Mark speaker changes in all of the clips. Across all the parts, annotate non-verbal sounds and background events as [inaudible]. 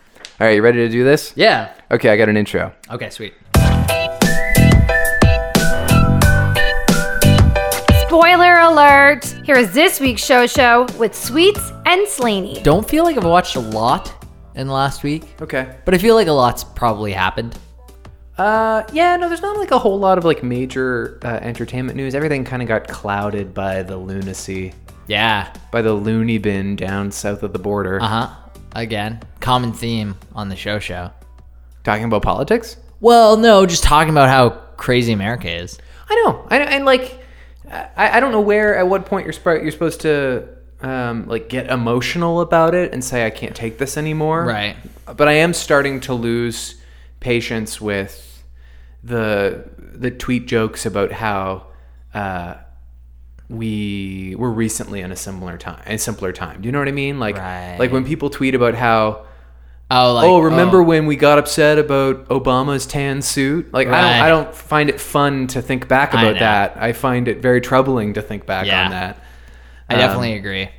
Speaker 1: All right, you ready to do this?
Speaker 2: Yeah.
Speaker 1: Okay, I got an intro.
Speaker 2: Okay, sweet.
Speaker 3: Spoiler alert! Here is this week's show show with Sweets and Slaney.
Speaker 2: Don't feel like I've watched a lot in the last week,
Speaker 1: Okay.
Speaker 2: but I feel like a lot's probably happened.
Speaker 1: Uh, yeah, no, there's not like a whole lot of like major uh, entertainment news. Everything kind of got clouded by the lunacy,
Speaker 2: Yeah.
Speaker 1: by the loony bin down south of the border.
Speaker 2: Uh huh. Again, common theme on the show show.
Speaker 1: Talking about politics?
Speaker 2: Well, no, just talking about how crazy America is.
Speaker 1: I know. I know, and like, I, I don't know where at what point you're sp- you're supposed to um, like get emotional about it and say I can't take this anymore.
Speaker 2: Right.
Speaker 1: But I am starting to lose patience with the the tweet jokes about how uh, we were recently in a similar time, a simpler time. Do you know what I mean? Like,
Speaker 2: Right.
Speaker 1: like when people tweet about how
Speaker 2: Oh, like
Speaker 1: oh, remember when we got upset about Obama's tan suit? Like, I, don't,
Speaker 2: Right.
Speaker 1: I don't find it fun to think back about
Speaker 2: know.
Speaker 1: that. I find it very troubling to think back
Speaker 2: Yeah.
Speaker 1: on that.
Speaker 2: I definitely agree.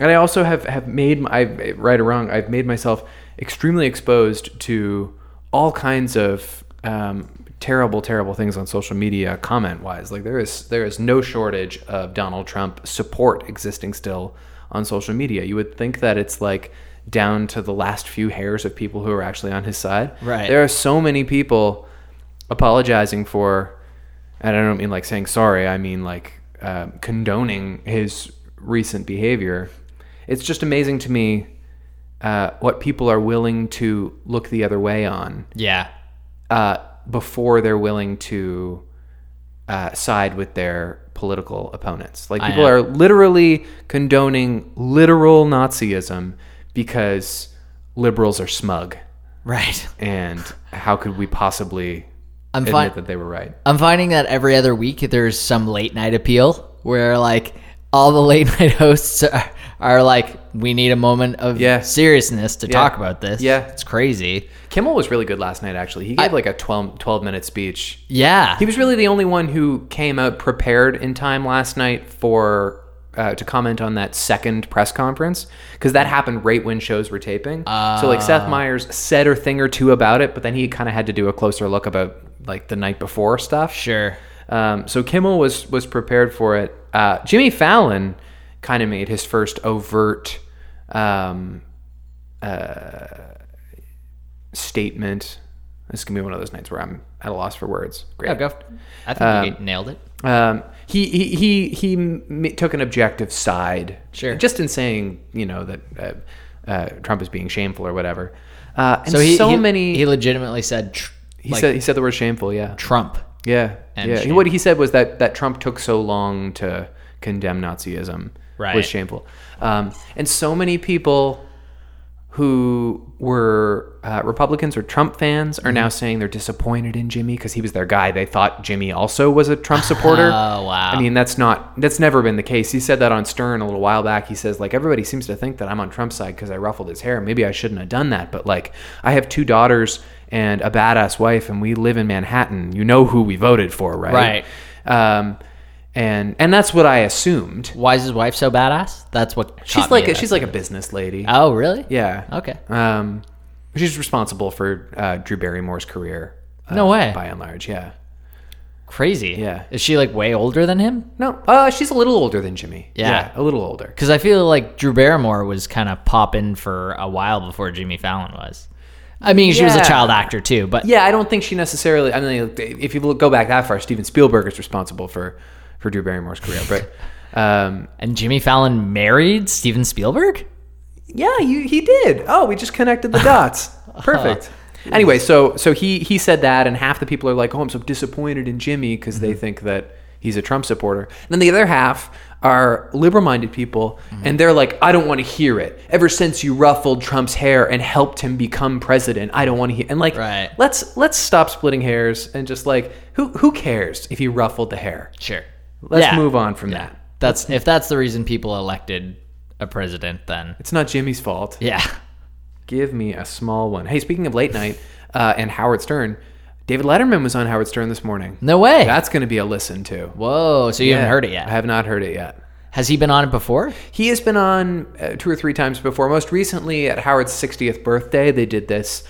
Speaker 1: And I also have, have made, my, I've, right or wrong, I've made myself extremely exposed to all kinds of um, terrible, terrible things on social media comment wise. Like, there is, there is no shortage of Donald Trump support existing still on social media. You would think that it's like down to the last few hairs of people who are actually on his side.
Speaker 2: Right.
Speaker 1: There are so many people apologizing for, and I don't mean like saying sorry, I mean like uh, condoning his recent behavior. It's just amazing to me uh, what people are willing to look the other way on
Speaker 2: Yeah.
Speaker 1: uh, before they're willing to uh, side with their political opponents. Like people
Speaker 2: know.
Speaker 1: are literally condoning literal Nazism because liberals are smug
Speaker 2: Right.
Speaker 1: and how could we possibly
Speaker 2: [laughs] I'm
Speaker 1: admit
Speaker 2: fine.
Speaker 1: that they were right?
Speaker 2: I'm finding that every other week there's some late night appeal where like all the [laughs] late night hosts are, are like, we need a moment of
Speaker 1: Yeah.
Speaker 2: seriousness to talk about this.
Speaker 1: Yeah.
Speaker 2: It's crazy.
Speaker 1: Kimmel was really good last night. Actually, he gave like a 12, 12 minute speech.
Speaker 2: Yeah.
Speaker 1: He was really the only one who came out prepared in time last night for uh, to comment on that second press conference because that happened right when shows were taping. so like Seth Meyers said a thing or two about it, but then he kind of had to do a closer look about like the night before stuff.
Speaker 2: sure.
Speaker 1: Um, so Kimmel was was prepared for it. Uh, Jimmy Fallon kind of made his first overt um, uh, statement. This is gonna be one of those nights where I'm at a loss for words. Great.
Speaker 2: Yeah, go. f- I think you nailed it.
Speaker 1: Um, he he he he m- took an objective side,
Speaker 2: Sure.
Speaker 1: just in saying you know that uh, uh, Trump is being shameful or whatever. Uh, and so,
Speaker 2: So he, he-
Speaker 1: many
Speaker 2: He legitimately said tr-
Speaker 1: he
Speaker 2: like,
Speaker 1: said he said the word shameful. Yeah.
Speaker 2: Trump.
Speaker 1: Yeah,
Speaker 2: and
Speaker 1: yeah. He-
Speaker 2: shame.
Speaker 1: What he said was that that Trump took so long to condemn Nazism
Speaker 2: Right.
Speaker 1: was shameful, um, and so many people who were uh, Republicans or Trump fans are
Speaker 2: Mm-hmm.
Speaker 1: now saying they're disappointed in Jimmy because he was their guy. They thought Jimmy also was a
Speaker 2: [laughs]
Speaker 1: Trump supporter.
Speaker 2: Oh wow.
Speaker 1: I mean, that's not that's never been the case. He said that on Stern a little while back. He says like everybody seems to think that I'm on Trump's side because I ruffled his hair. Maybe I shouldn't have done that, but like I have two daughters and a badass wife, and we live in Manhattan. You know who we voted for, right? Right. Um, and and that's what I assumed.
Speaker 2: Why is his wife so badass? That's what
Speaker 1: She's
Speaker 2: caught me
Speaker 1: like a,
Speaker 2: about-
Speaker 1: she's like a business lady.
Speaker 2: Oh really?
Speaker 1: yeah.
Speaker 2: Okay.
Speaker 1: Um, she's responsible for uh, Drew Barrymore's career. uh,
Speaker 2: No way.
Speaker 1: By and large, yeah.
Speaker 2: Crazy.
Speaker 1: Yeah.
Speaker 2: Is she like way older than him?
Speaker 1: No, uh, she's a little older than Jimmy.
Speaker 2: Yeah.
Speaker 1: a little older.
Speaker 2: Because I feel like Drew Barrymore was kind of popping for a while before Jimmy Fallon was. I mean, she was a
Speaker 1: Yeah.
Speaker 2: child actor too, but
Speaker 1: Yeah, I don't think she necessarily. I mean, if you look, go back that far, Steven Spielberg is responsible for for Drew Barrymore's career. But um,
Speaker 2: and Jimmy Fallon married Steven Spielberg.
Speaker 1: yeah, you, he did. Oh, we just connected the dots.
Speaker 2: [laughs]
Speaker 1: Perfect. Anyway, so so he he said that, and half the people are like, "Oh, I'm so disappointed in Jimmy because
Speaker 2: Mm-hmm.
Speaker 1: they think that he's a Trump supporter." And then the other half are liberal-minded people,
Speaker 2: Mm-hmm.
Speaker 1: and they're like, "I don't want to hear it. Ever since you ruffled Trump's hair and helped him become president, I don't want to hear." And like,
Speaker 2: Right.
Speaker 1: let's let's stop splitting hairs and just like, who who cares if he ruffled the hair?
Speaker 2: Sure.
Speaker 1: Let's
Speaker 2: Yeah.
Speaker 1: move on from that.
Speaker 2: That's if that's the reason people elected a president, then
Speaker 1: It's not Jimmy's fault.
Speaker 2: yeah,
Speaker 1: Give me a small one. Hey, speaking of late night uh, and Howard Stern, David Letterman was on Howard Stern this morning.
Speaker 2: no way.
Speaker 1: That's going to be a listen to.
Speaker 2: Whoa, so you haven't heard it yet?
Speaker 1: I have not heard it yet.
Speaker 2: Has he been on it before?
Speaker 1: He has been on uh, two or three times before. Most recently, at Howard's 60th birthday, they did this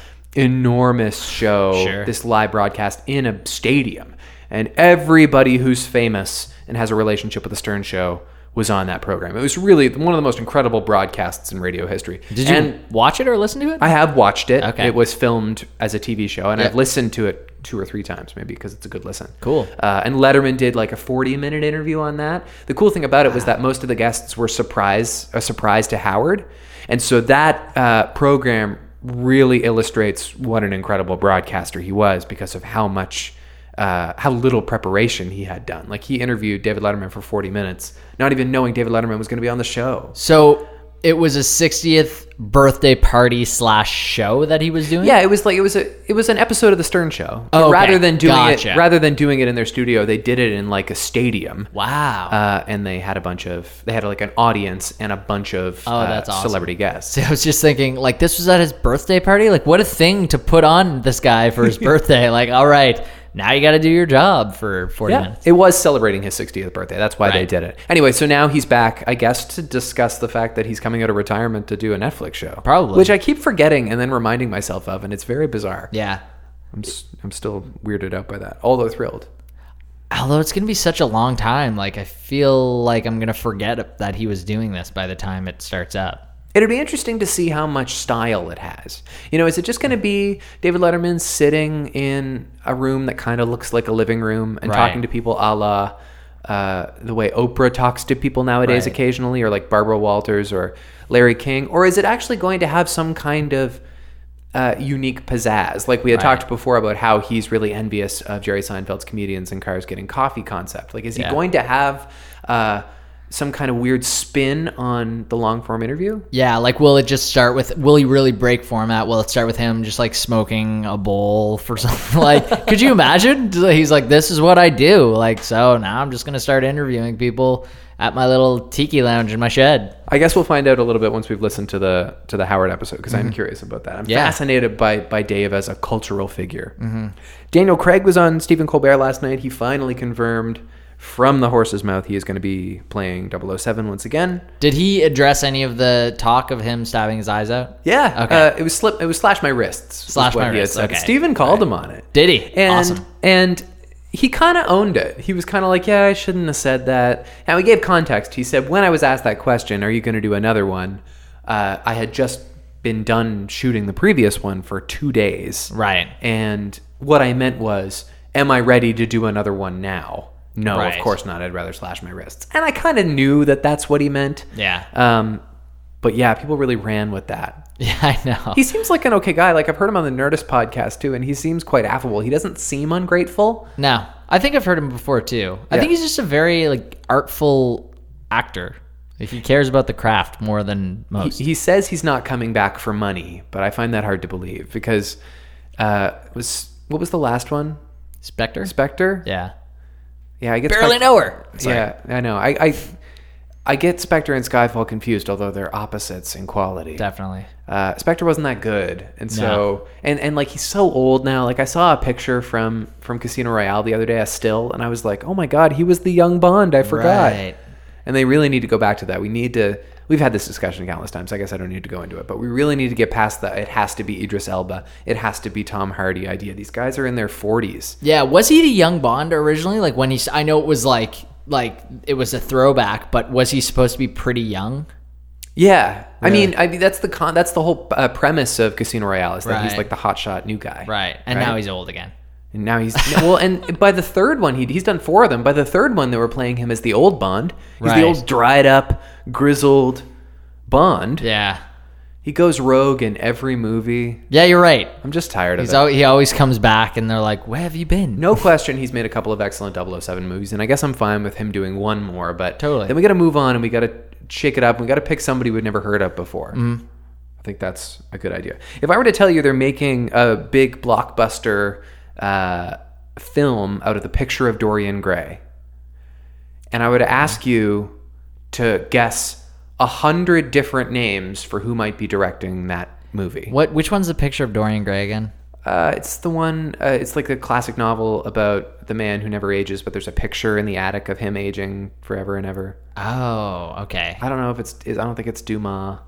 Speaker 1: enormous show,
Speaker 2: Sure.
Speaker 1: this live broadcast in a stadium. And everybody who's famous and has a relationship with the Stern Show was on that program. It was really one of the most incredible broadcasts in radio history.
Speaker 2: Did you
Speaker 1: And
Speaker 2: watch it or listen to it?
Speaker 1: I have watched it.
Speaker 2: Okay.
Speaker 1: It was filmed as a TV show, and I've
Speaker 2: Yeah.
Speaker 1: listened to it two or three times, maybe because it's a good listen.
Speaker 2: Cool.
Speaker 1: Uh, and Letterman did like a 40 minute interview on that. The cool thing about it was that most of the guests were surprise a surprise to Howard, and so that uh, program really illustrates what an incredible broadcaster he was because of how much. Uh, how little preparation he had done. Like he interviewed David Letterman for 40 minutes, not even knowing David Letterman was going to be on the show.
Speaker 2: so it was a 60th birthday party slash show that he was doing.
Speaker 1: Yeah, it was like it was a it was an episode of the Stern Show.
Speaker 2: Oh, okay.
Speaker 1: Rather than doing
Speaker 2: Gotcha.
Speaker 1: it rather than doing it in their studio, they did it in like a stadium.
Speaker 2: Wow.
Speaker 1: Uh, and they had a bunch of they had like an audience and a bunch of uh,
Speaker 2: Oh, that's awesome.
Speaker 1: celebrity guests.
Speaker 2: [laughs] I was just thinking, like, this was at his birthday party. Like, what a thing to put on this guy for [laughs] his birthday. Like, all right, now you got to do your job for 40
Speaker 1: Yeah,
Speaker 2: minutes.
Speaker 1: it was celebrating his 60th birthday. That's why they
Speaker 2: Right.
Speaker 1: did it. Anyway, so now he's back, I guess, to discuss the fact that he's coming out of retirement to do a Netflix show.
Speaker 2: Probably.
Speaker 1: Which I keep forgetting and then reminding myself of, and it's very bizarre.
Speaker 2: Yeah.
Speaker 1: I'm, s- I'm still weirded out by that, although thrilled.
Speaker 2: Although it's going to be such a long time. Like, I feel like I'm going to forget that he was doing this by the time it starts up.
Speaker 1: It'd be interesting to see how much style it has. You know, is it just going to be David Letterman sitting in a room that kind of looks like a living room and
Speaker 2: Right.
Speaker 1: talking to people a la uh, the way Oprah talks to people nowadays
Speaker 2: Right.
Speaker 1: occasionally, or like Barbara Walters or Larry King? Or is it actually going to have some kind of uh, unique pizzazz? Like we had
Speaker 2: Right.
Speaker 1: talked before about how he's really envious of Jerry Seinfeld's comedians and cars getting coffee concept. Like, is
Speaker 2: Yeah.
Speaker 1: he going to have. Uh, some kind of weird spin on the long form interview?
Speaker 2: Yeah. Like, will it just start with, will he really break format? Will it start with him just like smoking a bowl for something? [laughs] Like, could you imagine? [laughs] He's like, this is what I do. Like, so now I'm just going to start interviewing people at my little tiki lounge in my shed.
Speaker 1: I guess we'll find out a little bit once we've listened to the to the Howard episode because I'm curious about that. I'm
Speaker 2: Mm-hmm. Yeah. Mm-hmm.
Speaker 1: fascinated by by Dave as a cultural figure. Daniel Craig was on Stephen Colbert last night. He finally confirmed from the horse's mouth he is going to be playing 007 once again.
Speaker 2: Did he address any of the talk of him stabbing his eyes out?
Speaker 1: Yeah.
Speaker 2: Okay.
Speaker 1: Uh, it was slip. It was slash my wrists. was
Speaker 2: Slash
Speaker 1: what
Speaker 2: My
Speaker 1: he had
Speaker 2: Wrists,
Speaker 1: said.
Speaker 2: okay.
Speaker 1: Stephen called him on it.
Speaker 2: Did he?
Speaker 1: And,
Speaker 2: Awesome.
Speaker 1: And he kind of owned it. He was kind of like, "Yeah, I shouldn't have said that." And we gave context. He said, "When I was asked that question, are you going to do another one?" Uh, I had just been done shooting the previous one for two days.
Speaker 2: Right.
Speaker 1: And what I meant was, am I ready to do another one now? No,
Speaker 2: Right.
Speaker 1: of course not. I'd rather slash my wrists. And I kind of knew that that's what he meant.
Speaker 2: Yeah. [laughs]
Speaker 1: Um, but yeah, people really ran with that.
Speaker 2: Yeah, I know.
Speaker 1: He seems like an okay guy. Like I've heard him on the Nerdist podcast too, and he seems quite affable. He doesn't seem ungrateful.
Speaker 2: no, I think I've heard him before too. I
Speaker 1: Yeah.
Speaker 2: think he's just a very like artful actor. Like he cares about the craft more than most.
Speaker 1: He says he's not coming back for money, but I find that hard to believe because uh, was what was the last one?
Speaker 2: Spectre.
Speaker 1: Spectre.
Speaker 2: yeah.
Speaker 1: Yeah, I get
Speaker 2: Barely
Speaker 1: Spec-
Speaker 2: know her. Sorry.
Speaker 1: Yeah, I know. I, I I get Spectre and Skyfall confused, although they're opposites in quality.
Speaker 2: Definitely.
Speaker 1: uh, Spectre wasn't that good, and so and and like he's so old now. Like I saw a picture from from Casino Royale the other day, a still, and I was like, oh my god, he was the young Bond. I forgot.
Speaker 2: Right.
Speaker 1: And they really need to go back to that. We need to. We've had this discussion countless times. I guess I don't need to go into it, but we really need to get past that. It has to be Idris Elba. It has to be Tom Hardy idea. These guys are in their forties.
Speaker 2: Yeah. Was he the young Bond originally? Like when he? s- I know it was like like it was a throwback, but was he supposed to be pretty young?
Speaker 1: Yeah, I mean, I mean that's the con. That's the whole uh, premise of Casino Royale is that he's
Speaker 2: Right.
Speaker 1: like the hotshot new guy.
Speaker 2: Right. And now he's old again.
Speaker 1: And now he's well,
Speaker 2: [laughs]
Speaker 1: and by the third one, he he's done four of them. By the third one, they were playing him as the old Bond. He's
Speaker 2: Right.
Speaker 1: the old dried up, grizzled Bond.
Speaker 2: Yeah.
Speaker 1: He goes rogue in every movie.
Speaker 2: Yeah, you're right.
Speaker 1: I'm just tired of
Speaker 2: He's
Speaker 1: it.
Speaker 2: al- he always comes back, and they're like, "Where have you been?"
Speaker 1: [laughs] no question, he's made a couple of excellent 007 movies, and I guess I'm fine with him doing one more. But
Speaker 2: Totally.
Speaker 1: then we got to move on, and we got to shake it up, and we got to pick somebody we've never heard of before. I think that's a good idea. If I were to tell you they're making a big blockbuster uh, film out of the picture of Dorian Gray, and I were to ask you to guess a hundred different names for who might be directing that movie,
Speaker 2: What? Which one's the picture of Dorian Gray again?
Speaker 1: Uh, it's the one. Uh, it's like a classic novel about the man who never ages, but there's a picture in the attic of him aging forever and ever.
Speaker 2: Oh, okay.
Speaker 1: I don't know if it's. I don't think it's Dumas.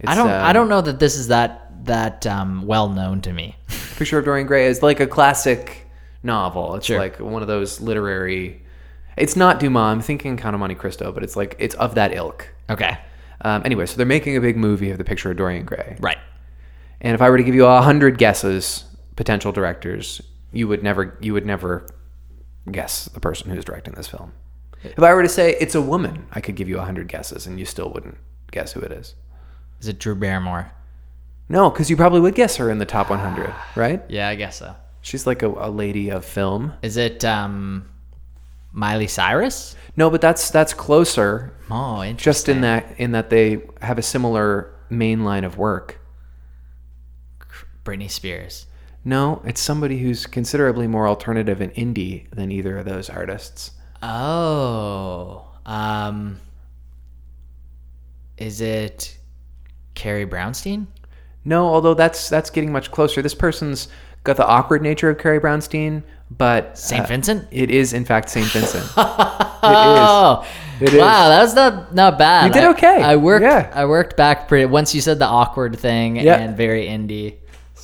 Speaker 1: It's,
Speaker 2: I don't.
Speaker 1: uh,
Speaker 2: I don't know that this is that that um, well known to me.
Speaker 1: Picture of Dorian Gray is like a classic novel. It's
Speaker 2: Sure.
Speaker 1: like one of those literary. It's not Dumas. I'm thinking Count of Monte Cristo, but it's like it's of that ilk.
Speaker 2: [laughs] Okay,
Speaker 1: Um, anyway, so they're making a big movie of the picture of Dorian Gray.
Speaker 2: right.
Speaker 1: And if I were to give you a hundred guesses, potential directors, you would never you would never guess the person who's directing this film. If I were to say it's a woman, I could give you a hundred guesses and you still wouldn't guess who it is.
Speaker 2: Is it Drew Barrymore?
Speaker 1: No, because you probably would guess her in the top 100, right?
Speaker 2: Yeah, I guess so.
Speaker 1: She's like a, a lady of film.
Speaker 2: Is it um, Miley Cyrus?
Speaker 1: No, but that's that's closer.
Speaker 2: Oh, interesting.
Speaker 1: Just in that in that they have a similar main line of work.
Speaker 2: Britney Spears.
Speaker 1: No, it's somebody who's considerably more alternative and indie than either of those artists.
Speaker 2: Oh, um, is it Carrie Brownstein?
Speaker 1: No, although that's that's getting much closer. This person's got the awkward nature of Carrie Brownstein, but
Speaker 2: Saint
Speaker 1: uh,
Speaker 2: Vincent?
Speaker 1: it is in fact Saint [laughs] Vincent. it is.
Speaker 2: Oh, [laughs]
Speaker 1: It is.
Speaker 2: wow, that was not not bad.
Speaker 1: You did
Speaker 2: I-
Speaker 1: okay.
Speaker 2: I, worked.
Speaker 1: Yeah.
Speaker 2: I worked back pretty. Once you said the awkward thing
Speaker 1: Yeah.
Speaker 2: and very indie.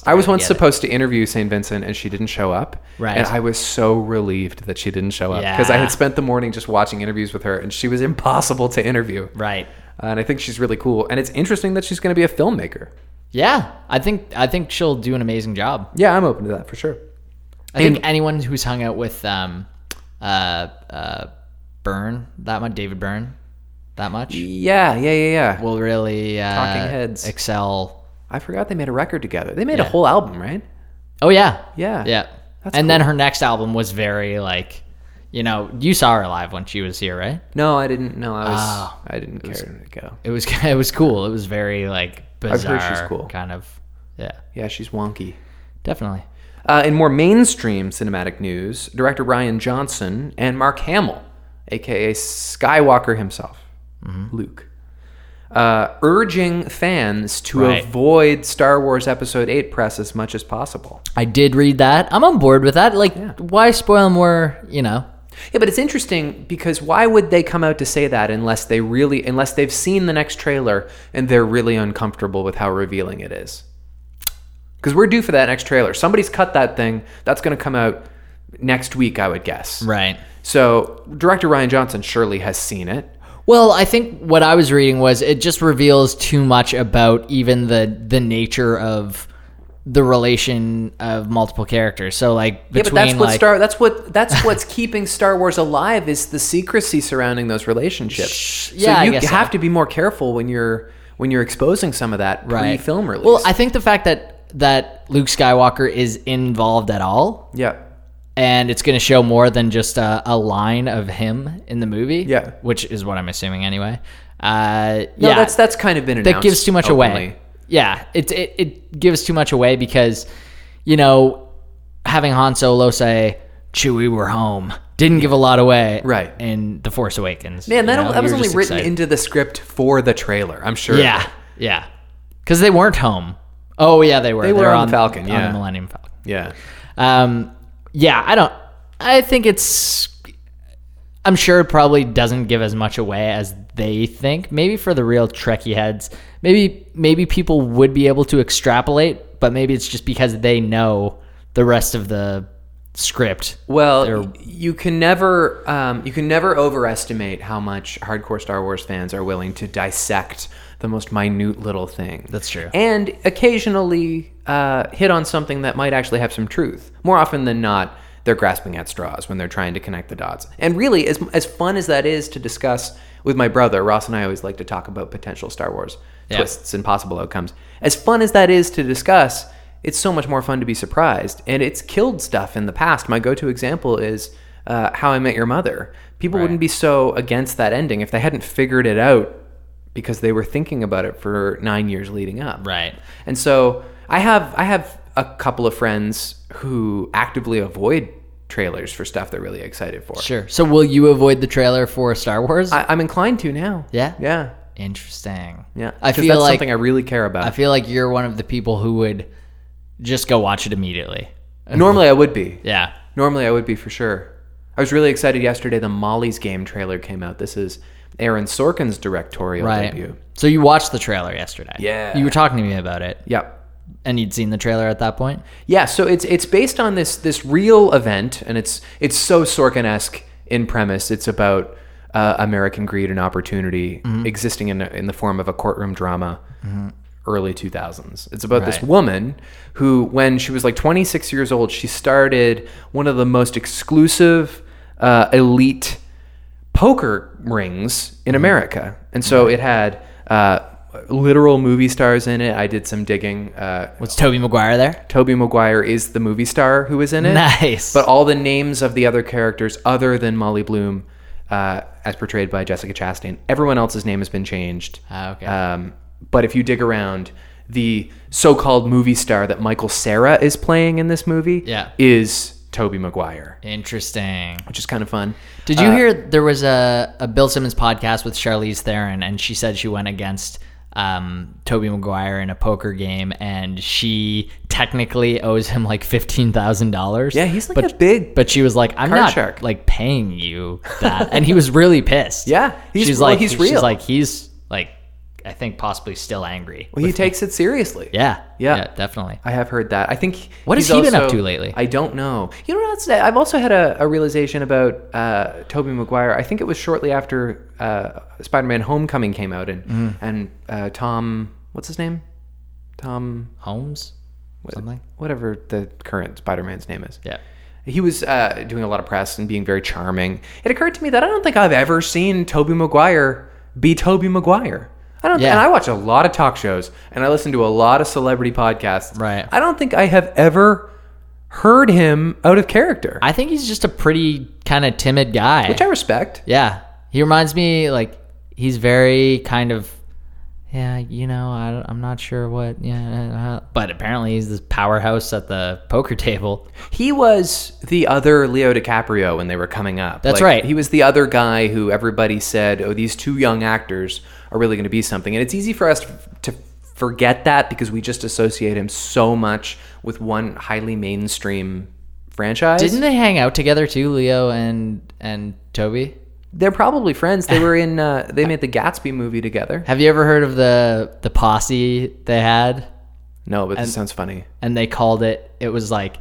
Speaker 1: I was once
Speaker 2: get it.
Speaker 1: supposed to interview Saint Vincent, and she didn't show up.
Speaker 2: Right.
Speaker 1: and I was so relieved that she didn't show up because I
Speaker 2: Yeah.
Speaker 1: had spent the morning just watching interviews with her, and she was impossible to interview. Uh,
Speaker 2: Right.
Speaker 1: And I think she's really cool, and it's interesting that she's going to be a filmmaker.
Speaker 2: Yeah, I think I think she'll do an amazing job.
Speaker 1: Yeah, I'm open to that for sure.
Speaker 2: I think anyone who's hung out with um, uh, uh, Byrne that much, David Byrne, that much,
Speaker 1: Yeah, yeah, yeah, yeah.
Speaker 2: will really uh,
Speaker 1: Talking Heads.
Speaker 2: excel.
Speaker 1: I forgot they made a record together. They made a
Speaker 2: Yeah.
Speaker 1: whole album, right?
Speaker 2: Oh yeah,
Speaker 1: Yeah.
Speaker 2: yeah.
Speaker 1: That's
Speaker 2: and then her next album was very like, you know, you saw her live when she was here, right?
Speaker 1: No, I didn't. No, I Ah. was.
Speaker 2: Oh.
Speaker 1: I didn't care to go.
Speaker 2: It was [laughs] it was cool. It was very like
Speaker 1: heard she's
Speaker 2: bizarre.
Speaker 1: cool.
Speaker 2: Kind of, yeah,
Speaker 1: Yeah, she's wonky.
Speaker 2: definitely.
Speaker 1: Uh, in more mainstream cinematic news, director Ryan Johnson and Mark Hamill, aka Skywalker himself, Luke, uh, urging fans to
Speaker 2: Right.
Speaker 1: avoid Star Wars Episode Eight press as much as possible.
Speaker 2: I did read that. I'm on board with that. Like, why spoil more? You know,
Speaker 1: Yeah, but it's interesting because why would they come out to say that unless they really, unless they've seen the next trailer and they're really uncomfortable with how revealing it is? Because we're due for that next trailer. Somebody's cut that thing. That's going to come out next week, I would guess.
Speaker 2: right?
Speaker 1: So director Ryan Johnson surely has seen it.
Speaker 2: Well, I think what I was reading was it just reveals too much about even the the nature of the relation of multiple characters. So like between
Speaker 1: yeah, but that's what
Speaker 2: like
Speaker 1: Star. That's what that's what's [laughs] keeping Star Wars alive is the secrecy surrounding those relationships.
Speaker 2: yeah,
Speaker 1: so
Speaker 2: I
Speaker 1: you
Speaker 2: guess so.
Speaker 1: have to be more careful when you're when you're exposing some of that pre-film release.
Speaker 2: Well, I think the fact that that Luke Skywalker is involved at all,
Speaker 1: yeah.
Speaker 2: and it's going to show more than just a, a line of him in the movie.
Speaker 1: Yeah.
Speaker 2: which is what I'm assuming anyway. Uh,
Speaker 1: No,
Speaker 2: yeah,
Speaker 1: that's that's kind of been
Speaker 2: that
Speaker 1: announced
Speaker 2: gives too much away.
Speaker 1: openly.
Speaker 2: Yeah, it, it it gives too much away because you know having Han Solo say Chewie we're home didn't give a lot away,
Speaker 1: Right.
Speaker 2: In the Force Awakens,
Speaker 1: Man, that,
Speaker 2: you know?
Speaker 1: that was
Speaker 2: You were
Speaker 1: only
Speaker 2: just
Speaker 1: written
Speaker 2: excited.
Speaker 1: into the script for the trailer. I'm sure.
Speaker 2: yeah, yeah, because they weren't home. Oh yeah, they were. They
Speaker 1: were
Speaker 2: were
Speaker 1: on the Falcon,
Speaker 2: on
Speaker 1: yeah.
Speaker 2: the Millennium Falcon.
Speaker 1: yeah.
Speaker 2: Um, yeah, I don't. I think it's. I'm sure it probably doesn't give as much away as they think. Maybe for the real Trekkie heads, maybe maybe people would be able to extrapolate, but maybe it's just because they know the rest of the script.
Speaker 1: Well,
Speaker 2: They're-
Speaker 1: y- you can never um, you can never overestimate how much hardcore Star Wars fans are willing to dissect the most minute little thing.
Speaker 2: That's true.
Speaker 1: And occasionally uh, hit on something that might actually have some truth. More often than not, they're grasping at straws when they're trying to connect the dots. And really, as as fun as that is to discuss with my brother, Ross and I always like to talk about potential Star Wars
Speaker 2: Yeah.
Speaker 1: twists and possible outcomes. As fun as that is to discuss, it's so much more fun to be surprised. And it's killed stuff in the past. My go to example is uh, How I Met Your Mother. People wouldn't be so against that ending if they hadn't figured it out because they were thinking about it for nine years leading up.
Speaker 2: Right.
Speaker 1: And so I have I have a couple of friends who actively avoid trailers for stuff they're really excited for.
Speaker 2: Sure. So will you avoid the trailer for Star Wars?
Speaker 1: I, I'm inclined to now.
Speaker 2: Yeah?
Speaker 1: Yeah.
Speaker 2: Interesting.
Speaker 1: Yeah.
Speaker 2: I
Speaker 1: 'Cause
Speaker 2: feel
Speaker 1: that's
Speaker 2: like
Speaker 1: something I really care about.
Speaker 2: I feel like you're one of the people who would just go watch it immediately.
Speaker 1: Normally I would be.
Speaker 2: Yeah.
Speaker 1: Normally I would be for sure. I was really excited yesterday. The Molly's Game trailer came out. This is Aaron Sorkin's directorial
Speaker 2: Right.
Speaker 1: debut.
Speaker 2: So you watched the trailer yesterday.
Speaker 1: Yeah.
Speaker 2: You were talking to me about it,
Speaker 1: Yep.
Speaker 2: and you'd seen the trailer at that point.
Speaker 1: Yeah, so it's it's based on this this real event, and it's it's so Sorkin esque in premise. It's about uh, American greed and opportunity existing in in the form of a courtroom drama. Early 2000s. It's about this
Speaker 2: Right.
Speaker 1: woman who, when she was like 26 years old, she started one of the most exclusive, uh, elite poker rings in America. And so it had uh, literal movie stars in it. I did some digging. Uh,
Speaker 2: Was Toby
Speaker 1: [laughs]
Speaker 2: Maguire there?
Speaker 1: Toby Maguire is the movie star who is in it. [laughs]
Speaker 2: Nice.
Speaker 1: But all the names of the other characters, other than Molly Bloom, uh, as portrayed by Jessica Chastain, everyone else's name has been changed.
Speaker 2: Ah, okay.
Speaker 1: Um, but if you dig around, the so-called movie star that Michael Sarah is playing in this movie
Speaker 2: Yeah.
Speaker 1: is Toby Maguire,
Speaker 2: Interesting.
Speaker 1: which is kind of fun.
Speaker 2: Did
Speaker 1: uh,
Speaker 2: you hear there was a, a Bill Simmons podcast with Charlize Theron, and she said she went against um, Toby Maguire in a poker game, and she technically owes him like fifteen thousand dollars.
Speaker 1: Yeah, he's like
Speaker 2: but,
Speaker 1: a big
Speaker 2: But she was like, "I'm
Speaker 1: card
Speaker 2: not
Speaker 1: shark."
Speaker 2: like paying you that," and he was really
Speaker 1: [laughs]
Speaker 2: pissed.
Speaker 1: Yeah, he's-
Speaker 2: she's
Speaker 1: well,
Speaker 2: like,
Speaker 1: he's
Speaker 2: she's
Speaker 1: real.
Speaker 2: like, he's like, I think possibly still angry.
Speaker 1: Well, he takes it seriously.
Speaker 2: yeah,
Speaker 1: Yeah.
Speaker 2: definitely.
Speaker 1: I have heard that. I think.
Speaker 2: What has
Speaker 1: he's
Speaker 2: he been up
Speaker 1: also-
Speaker 2: to lately?
Speaker 1: I don't know. You know what else? I've also had a, a realization about uh, Toby Maguire. I think it was shortly after uh, Spider-Man: Homecoming came out, and
Speaker 2: Mm-hmm.
Speaker 1: and uh, Tom, what's his name? Tom,
Speaker 2: Holmes, something.
Speaker 1: whatever the current Spider-Man's name is.
Speaker 2: Yeah,
Speaker 1: He was uh, doing a lot of press and being very charming. It occurred to me that I don't think I've ever seen Toby Maguire be Toby Maguire. I don't.
Speaker 2: Yeah.
Speaker 1: And I watch a lot of talk shows and I listen to a lot of celebrity podcasts.
Speaker 2: Right.
Speaker 1: I don't think I have ever heard him out of character,
Speaker 2: I think he's just a pretty kind of timid guy.
Speaker 1: which I respect.
Speaker 2: Yeah, he reminds me like he's very kind of yeah, you know, I, am not sure what yeah, uh, but apparently he's this powerhouse at the poker table.
Speaker 1: He was the other Leo DiCaprio when they were coming up.
Speaker 2: That's
Speaker 1: Like,
Speaker 2: right.
Speaker 1: He was the other guy who everybody said, "Oh, these two young actors are really going to be something." And it's easy for us to forget that because we just associate him so much with one highly mainstream franchise.
Speaker 2: Didn't they hang out together too, Leo and and Toby?
Speaker 1: They're probably friends.
Speaker 2: [laughs]
Speaker 1: They were in. Uh, they made the Gatsby movie together.
Speaker 2: Have you ever heard of the the posse they had?
Speaker 1: No, but this sounds funny.
Speaker 2: and they called it it was like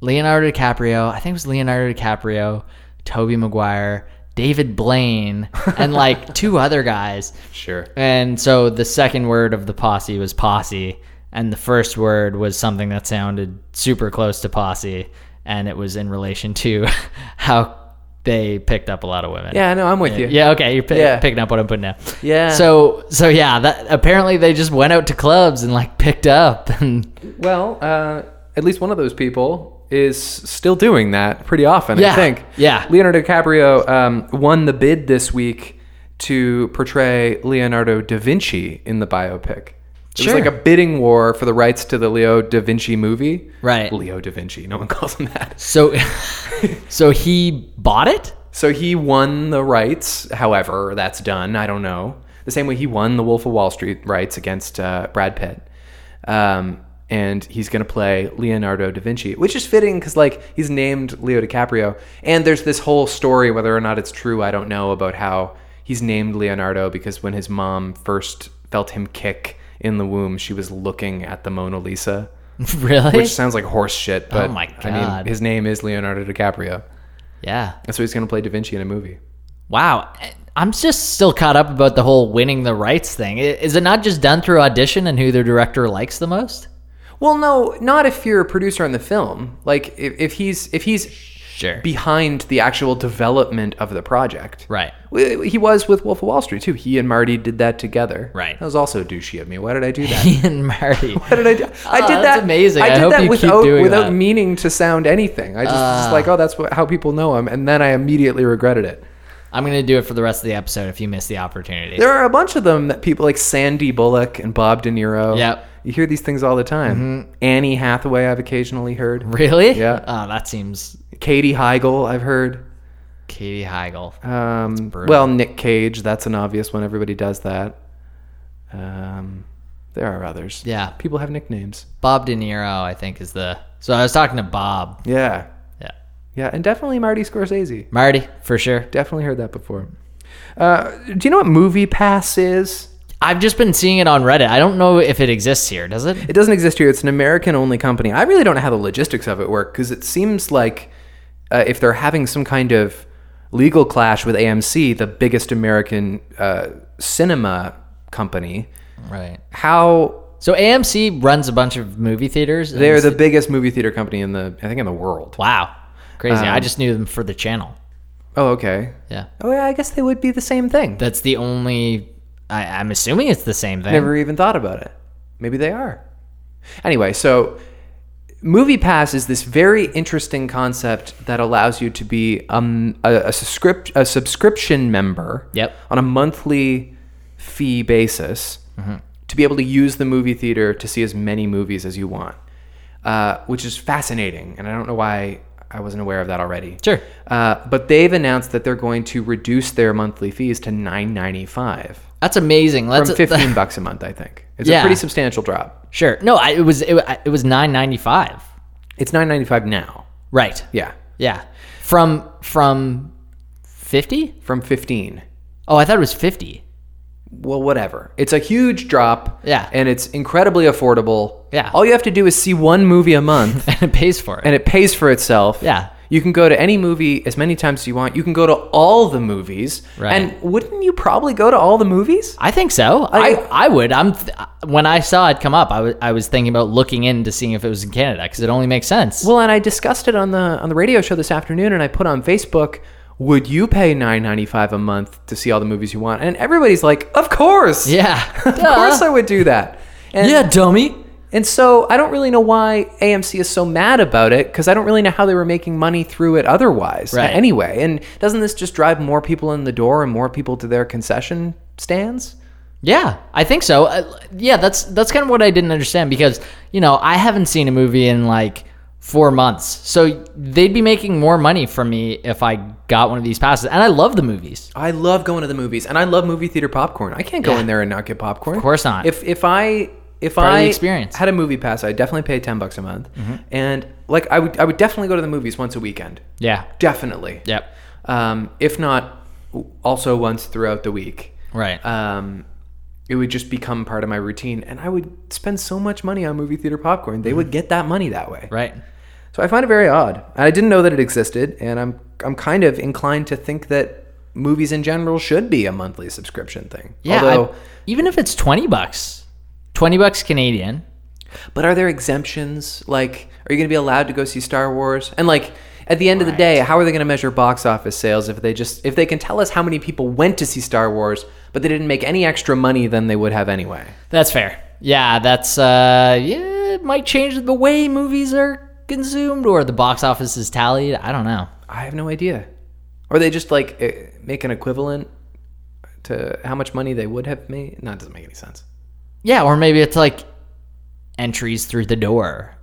Speaker 2: Leonardo DiCaprio, I think it was Leonardo DiCaprio, Toby Maguire,
Speaker 1: [laughs]
Speaker 2: David Blaine, and like two other guys.
Speaker 1: Sure.
Speaker 2: And so the second word of the posse was posse, and the first word was something that sounded super close to posse, and it was in relation to [laughs] how they picked up a lot of women.
Speaker 1: Yeah, no, I'm with you.
Speaker 2: Yeah, okay, you're pi-
Speaker 1: Yeah.
Speaker 2: picking up what I'm putting down.
Speaker 1: Yeah.
Speaker 2: So, so yeah, that apparently they just went out to clubs and like picked up [laughs] and
Speaker 1: Well, uh, at least one of those people is still doing that pretty often, I
Speaker 2: Yeah,
Speaker 1: think.
Speaker 2: yeah.
Speaker 1: Leonardo DiCaprio um, won the bid this week to portray Leonardo da Vinci in the biopic. It
Speaker 2: Sure.
Speaker 1: was like a bidding war for the rights to the Leo da Vinci movie.
Speaker 2: Right.
Speaker 1: Leo da Vinci. No one [laughs] calls him that.
Speaker 2: So, [laughs] so he bought it. [laughs]
Speaker 1: So he won the rights, however, that's done. I don't know. The same way he won the Wolf of Wall Street rights against uh, Brad Pitt. Um, and he's going to play Leonardo da Vinci, which is fitting because, like, he's named Leo DiCaprio. And there's this whole story, whether or not it's true, I don't know, about how he's named Leonardo because when his mom first felt him kick in the womb, she was looking at the Mona Lisa,
Speaker 2: really?
Speaker 1: which sounds like horse shit. But
Speaker 2: Oh my
Speaker 1: I mean,
Speaker 2: God.
Speaker 1: his name is Leonardo DiCaprio.
Speaker 2: yeah.
Speaker 1: And so he's going to play da Vinci in a movie.
Speaker 2: Wow. I'm just still caught up about the whole winning the rights thing. I- Is it not just done through audition and who the director likes the most?
Speaker 1: Well, no, not if you're a producer on the film. Like if, if he's if he's
Speaker 2: Sure.
Speaker 1: behind the actual development of the project.
Speaker 2: right.
Speaker 1: W- He was with Wolf of Wall Street too. He and Marty did that together.
Speaker 2: Right.
Speaker 1: That was also douchey of me. Why did I do
Speaker 2: [laughs]
Speaker 1: that?
Speaker 2: [laughs] Ian Murray.
Speaker 1: Why did I do? I
Speaker 2: Oh,
Speaker 1: did
Speaker 2: that's
Speaker 1: that.
Speaker 2: amazing.
Speaker 1: I
Speaker 2: I
Speaker 1: did
Speaker 2: hope
Speaker 1: that
Speaker 2: you keep
Speaker 1: without
Speaker 2: doing
Speaker 1: without
Speaker 2: that. Ah.
Speaker 1: meaning to sound anything. I just was just like, oh, that's what, how people know him, and then I immediately regretted it.
Speaker 2: I'm gonna do it for the rest of the episode if you miss the opportunity.
Speaker 1: There are a bunch of them that people like Sandy Bullock and Bob De Niro.
Speaker 2: Yep. Mm-hmm.
Speaker 1: You hear these things all the time. Annie Hathaway, I've occasionally heard.
Speaker 2: really?
Speaker 1: Yeah.
Speaker 2: Oh, that seems
Speaker 1: Katie Heigl, I've heard.
Speaker 2: Katie Heigl.
Speaker 1: Um, well, Nick Cage, that's an obvious one. Everybody does that. Um, There are others.
Speaker 2: Yeah.
Speaker 1: People have nicknames.
Speaker 2: Bob De Niro, I think, is the. So I was talking to Bob.
Speaker 1: Yeah.
Speaker 2: Yeah.
Speaker 1: Yeah. And definitely Marty Scorsese.
Speaker 2: Marty, for sure.
Speaker 1: Definitely heard that before. Uh, do you know what Movie Pass is?
Speaker 2: I've just been seeing it on Reddit. I don't know if it exists here, does it?
Speaker 1: It doesn't exist here. It's an American only company. I really don't know how the logistics of it work because it seems like uh, if they're having some kind of legal clash with AMC, the biggest American uh, cinema company,
Speaker 2: Right.
Speaker 1: how
Speaker 2: So AMC runs a bunch of movie theaters. and
Speaker 1: they're
Speaker 2: this-
Speaker 1: the biggest movie theater company in the I think in the world.
Speaker 2: Wow. Crazy. I just knew them for the channel.
Speaker 1: Oh, okay.
Speaker 2: Yeah.
Speaker 1: Oh Um, yeah, I guess they would be the same thing.
Speaker 2: That's the only. I, I'm assuming it's the same thing.
Speaker 1: Never even thought about it. Maybe they are. Anyway, so Movie Pass is this very interesting concept that allows you to be um, a, a, subscrip- a subscription member
Speaker 2: Yep.
Speaker 1: on a monthly fee basis to be able to use the movie theater to see as many movies as you want, uh, which is fascinating. And I don't know why I wasn't aware of that already.
Speaker 2: Sure.
Speaker 1: Uh, but they've announced that they're going to reduce their monthly fees to nine ninety five
Speaker 2: That's amazing. That's
Speaker 1: from fifteen bucks a month. I think it's a
Speaker 2: Yeah.
Speaker 1: pretty substantial drop.
Speaker 2: [laughs] sure. No, I, it was it, wa- it was nine ninety five.
Speaker 1: It's nine ninety five now.
Speaker 2: Right.
Speaker 1: Yeah,
Speaker 2: Yeah. From from fifty.
Speaker 1: from fifteen.
Speaker 2: Oh, I thought it was fifty.
Speaker 1: Well, whatever. It's a huge drop.
Speaker 2: Yeah.
Speaker 1: and it's incredibly affordable.
Speaker 2: Yeah.
Speaker 1: all you have to do is see one movie a
Speaker 2: [laughs]
Speaker 1: month,
Speaker 2: And it pays for it.
Speaker 1: and it pays for itself.
Speaker 2: Yeah.
Speaker 1: You can go to any movie as many times as you want. You can go to all the movies.
Speaker 2: Right.
Speaker 1: And wouldn't you probably go to all the movies?
Speaker 2: I think so. I, I, would. I'm th- when I saw it come up, I was I was thinking about looking into seeing if it was in Canada because it only makes sense.
Speaker 1: Well, and I discussed it on the on the radio show this afternoon, and I put on Facebook, "Would you pay nine ninety five a month to see all the movies you want?" And everybody's like, "Of course,
Speaker 2: yeah. [laughs]
Speaker 1: of course I would do that." And,
Speaker 2: yeah, dummy.
Speaker 1: and so I don't really know why AMC is so mad about it because I don't really know how they were making money through it otherwise.
Speaker 2: Right.
Speaker 1: Anyway, and doesn't this just drive more people in the door and more people to their concession stands?
Speaker 2: Yeah, I think so. Uh, yeah, that's that's kind of what I didn't understand because you know I haven't seen a movie in like four months, so they'd be making more money from me if I got one of these passes. And I love the movies.
Speaker 1: I love going to the movies, and I love movie theater popcorn. I can't go
Speaker 2: Yeah.
Speaker 1: in there and not get popcorn. Of
Speaker 2: course not.
Speaker 1: If if I if
Speaker 2: of the
Speaker 1: I
Speaker 2: experience. Mm-hmm.
Speaker 1: had a movie pass, I'd definitely pay ten bucks a month, and like I would I would definitely go to the movies once a weekend,
Speaker 2: Yeah.
Speaker 1: definitely.
Speaker 2: Yep.
Speaker 1: Um, if not, w- also once throughout the week.
Speaker 2: Right. Uh,
Speaker 1: Um, it would just become part of my routine, and I would spend so much money on movie theater popcorn. They
Speaker 2: Mm-hmm.
Speaker 1: would get that money that way.
Speaker 2: right.
Speaker 1: So I find it very odd. And I didn't know that it existed, and I'm I'm kind of inclined to think that movies in general should be a monthly subscription thing.
Speaker 2: Yeah. I-
Speaker 1: Although,
Speaker 2: even if it's twenty bucks, twenty bucks Canadian.
Speaker 1: but are there exemptions? Like, are you going to be allowed to go see Star Wars? And like, at the end of the day, how are they going to measure box office sales if they just if they can tell us how many people went to see Star Wars, but they didn't make any extra money than they would have anyway?
Speaker 2: That's fair. Yeah, that's uh yeah, it might change the way movies are consumed or the box office is tallied. I don't know.
Speaker 1: I have no idea. Or they just like eh, make an equivalent to how much money they would have made? No, it doesn't make any sense.
Speaker 2: Yeah, or maybe it's like entries through the door.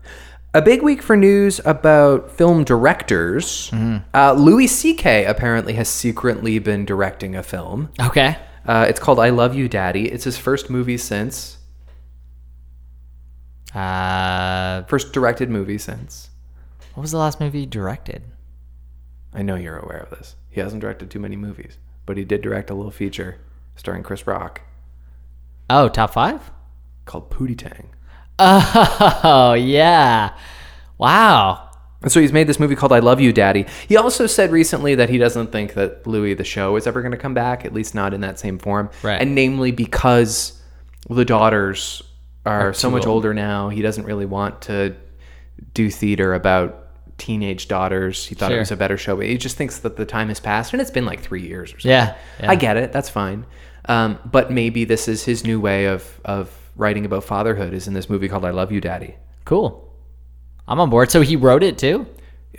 Speaker 1: A big week for news about film directors. Uh, Louis C.K. apparently has secretly been directing a film.
Speaker 2: Okay.
Speaker 1: Uh, it's called I Love You, Daddy. It's his first movie since,
Speaker 2: Uh,
Speaker 1: first directed movie since.
Speaker 2: what was the last movie you directed?
Speaker 1: I know you're aware of this. He hasn't directed too many movies, but he did direct a little feature starring Chris Rock
Speaker 2: Oh, top five. [laughs]
Speaker 1: called Pootie Tang.
Speaker 2: Oh yeah. Wow.
Speaker 1: And so he's made this movie called I Love You, Daddy. He also said recently that he doesn't think that Louis the show is ever going to come back, at least not in that same form.
Speaker 2: Right.
Speaker 1: And namely because the daughters are, so much older now, he doesn't really want to do theater about teenage daughters. He thought it
Speaker 2: Sure.
Speaker 1: was a better show, but he just thinks that the time has passed and it's been like three years or something.
Speaker 2: Yeah. yeah.
Speaker 1: I get it. That's fine. Um, but maybe this is his new way of, of writing about fatherhood is in this movie called I Love You, Daddy.
Speaker 2: cool. I'm on board. So he wrote it too.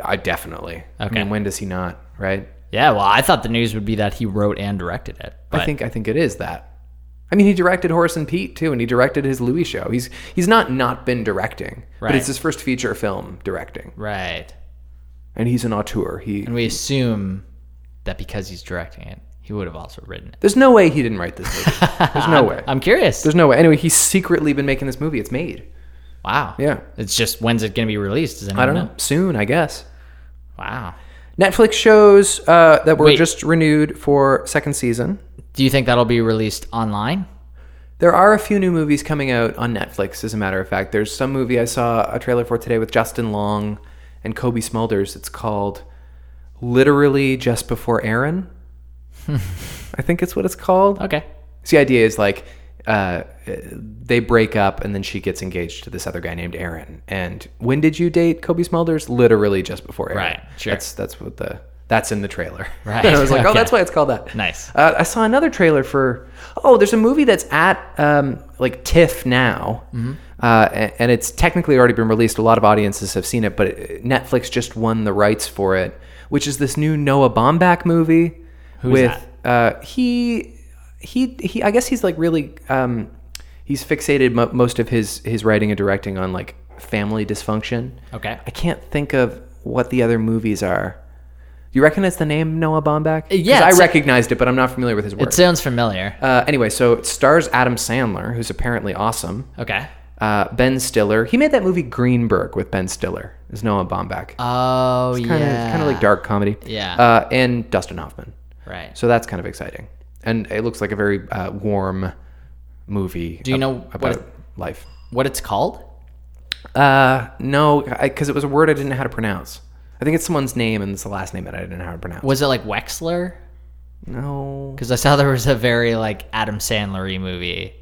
Speaker 1: I definitely. I
Speaker 2: Okay.
Speaker 1: mean, when does he not? Right.
Speaker 2: Yeah. Well, I thought the news would be that he wrote and directed it. But
Speaker 1: I think I think it is that. I mean, he directed Horace and Pete too, and he directed his Louis show. He's he's not not been directing, but
Speaker 2: Right.
Speaker 1: it's his first feature film directing,
Speaker 2: right.
Speaker 1: and he's an auteur. He
Speaker 2: And we assume that because he's directing it, He would have also written it.
Speaker 1: There's no way he didn't write this movie. There's
Speaker 2: [laughs]
Speaker 1: no way.
Speaker 2: I'm curious.
Speaker 1: There's no way. Anyway, he's secretly been making this movie. It's made.
Speaker 2: wow.
Speaker 1: Yeah.
Speaker 2: It's just when's it going to be released? Does anyone
Speaker 1: I don't know. Soon, I guess.
Speaker 2: Wow.
Speaker 1: Netflix shows uh, that were
Speaker 2: Wait.
Speaker 1: just renewed for second season.
Speaker 2: Do you think that'll be released online?
Speaker 1: There are a few new movies coming out on Netflix, as a matter of fact. There's some movie I saw a trailer for today with Justin Long and Kobe Smulders. It's called Literally Just Before Aaron. I think it's what it's called.
Speaker 2: Okay.
Speaker 1: So the idea is like uh, they break up and then she gets engaged to this other guy named Aaron. And when did you date Kobe Smulders? Literally just before Aaron.
Speaker 2: Right, sure.
Speaker 1: That's that's what the that's in the trailer. [laughs]
Speaker 2: Right,
Speaker 1: And I was like, oh,
Speaker 2: okay.
Speaker 1: that's why it's called that.
Speaker 2: Nice.
Speaker 1: Uh, I saw another trailer for oh, there's a movie that's at um, like TIFF now,
Speaker 2: Mm-hmm.
Speaker 1: uh, and, and it's technically already been released. A lot of audiences have seen it, but it, Netflix just won the rights for it, which is this new Noah Baumbach movie with uh, he he he. I guess he's like really um, he's fixated mo- most of his his writing and directing on like family dysfunction.
Speaker 2: Okay.
Speaker 1: I can't think of what the other movies are. You recognize the name Noah Baumbach? 'Cause
Speaker 2: yeah,
Speaker 1: I
Speaker 2: it's-
Speaker 1: recognized it, but I'm not familiar with his
Speaker 2: It
Speaker 1: work.
Speaker 2: sounds familiar.
Speaker 1: Uh, anyway, so it stars Adam Sandler, who's apparently awesome.
Speaker 2: Okay.
Speaker 1: Uh, ben Stiller. He made that movie Greenberg with Ben Stiller. Is Noah Baumbach?
Speaker 2: Oh
Speaker 1: kind of,
Speaker 2: yeah.
Speaker 1: kind of like dark comedy.
Speaker 2: Yeah.
Speaker 1: Uh, and Dustin Hoffman.
Speaker 2: Right.
Speaker 1: So that's kind of exciting, and it looks like a very uh, warm movie. Do
Speaker 2: you know what
Speaker 1: about
Speaker 2: it-
Speaker 1: life?
Speaker 2: What it's called?
Speaker 1: Uh, no, because it was a word I didn't know how to pronounce. I think it's someone's name, and it's the last name that I didn't know how to pronounce.
Speaker 2: Was it like Wexler?
Speaker 1: No.
Speaker 2: Because I saw there was a very like Adam Sandler movie.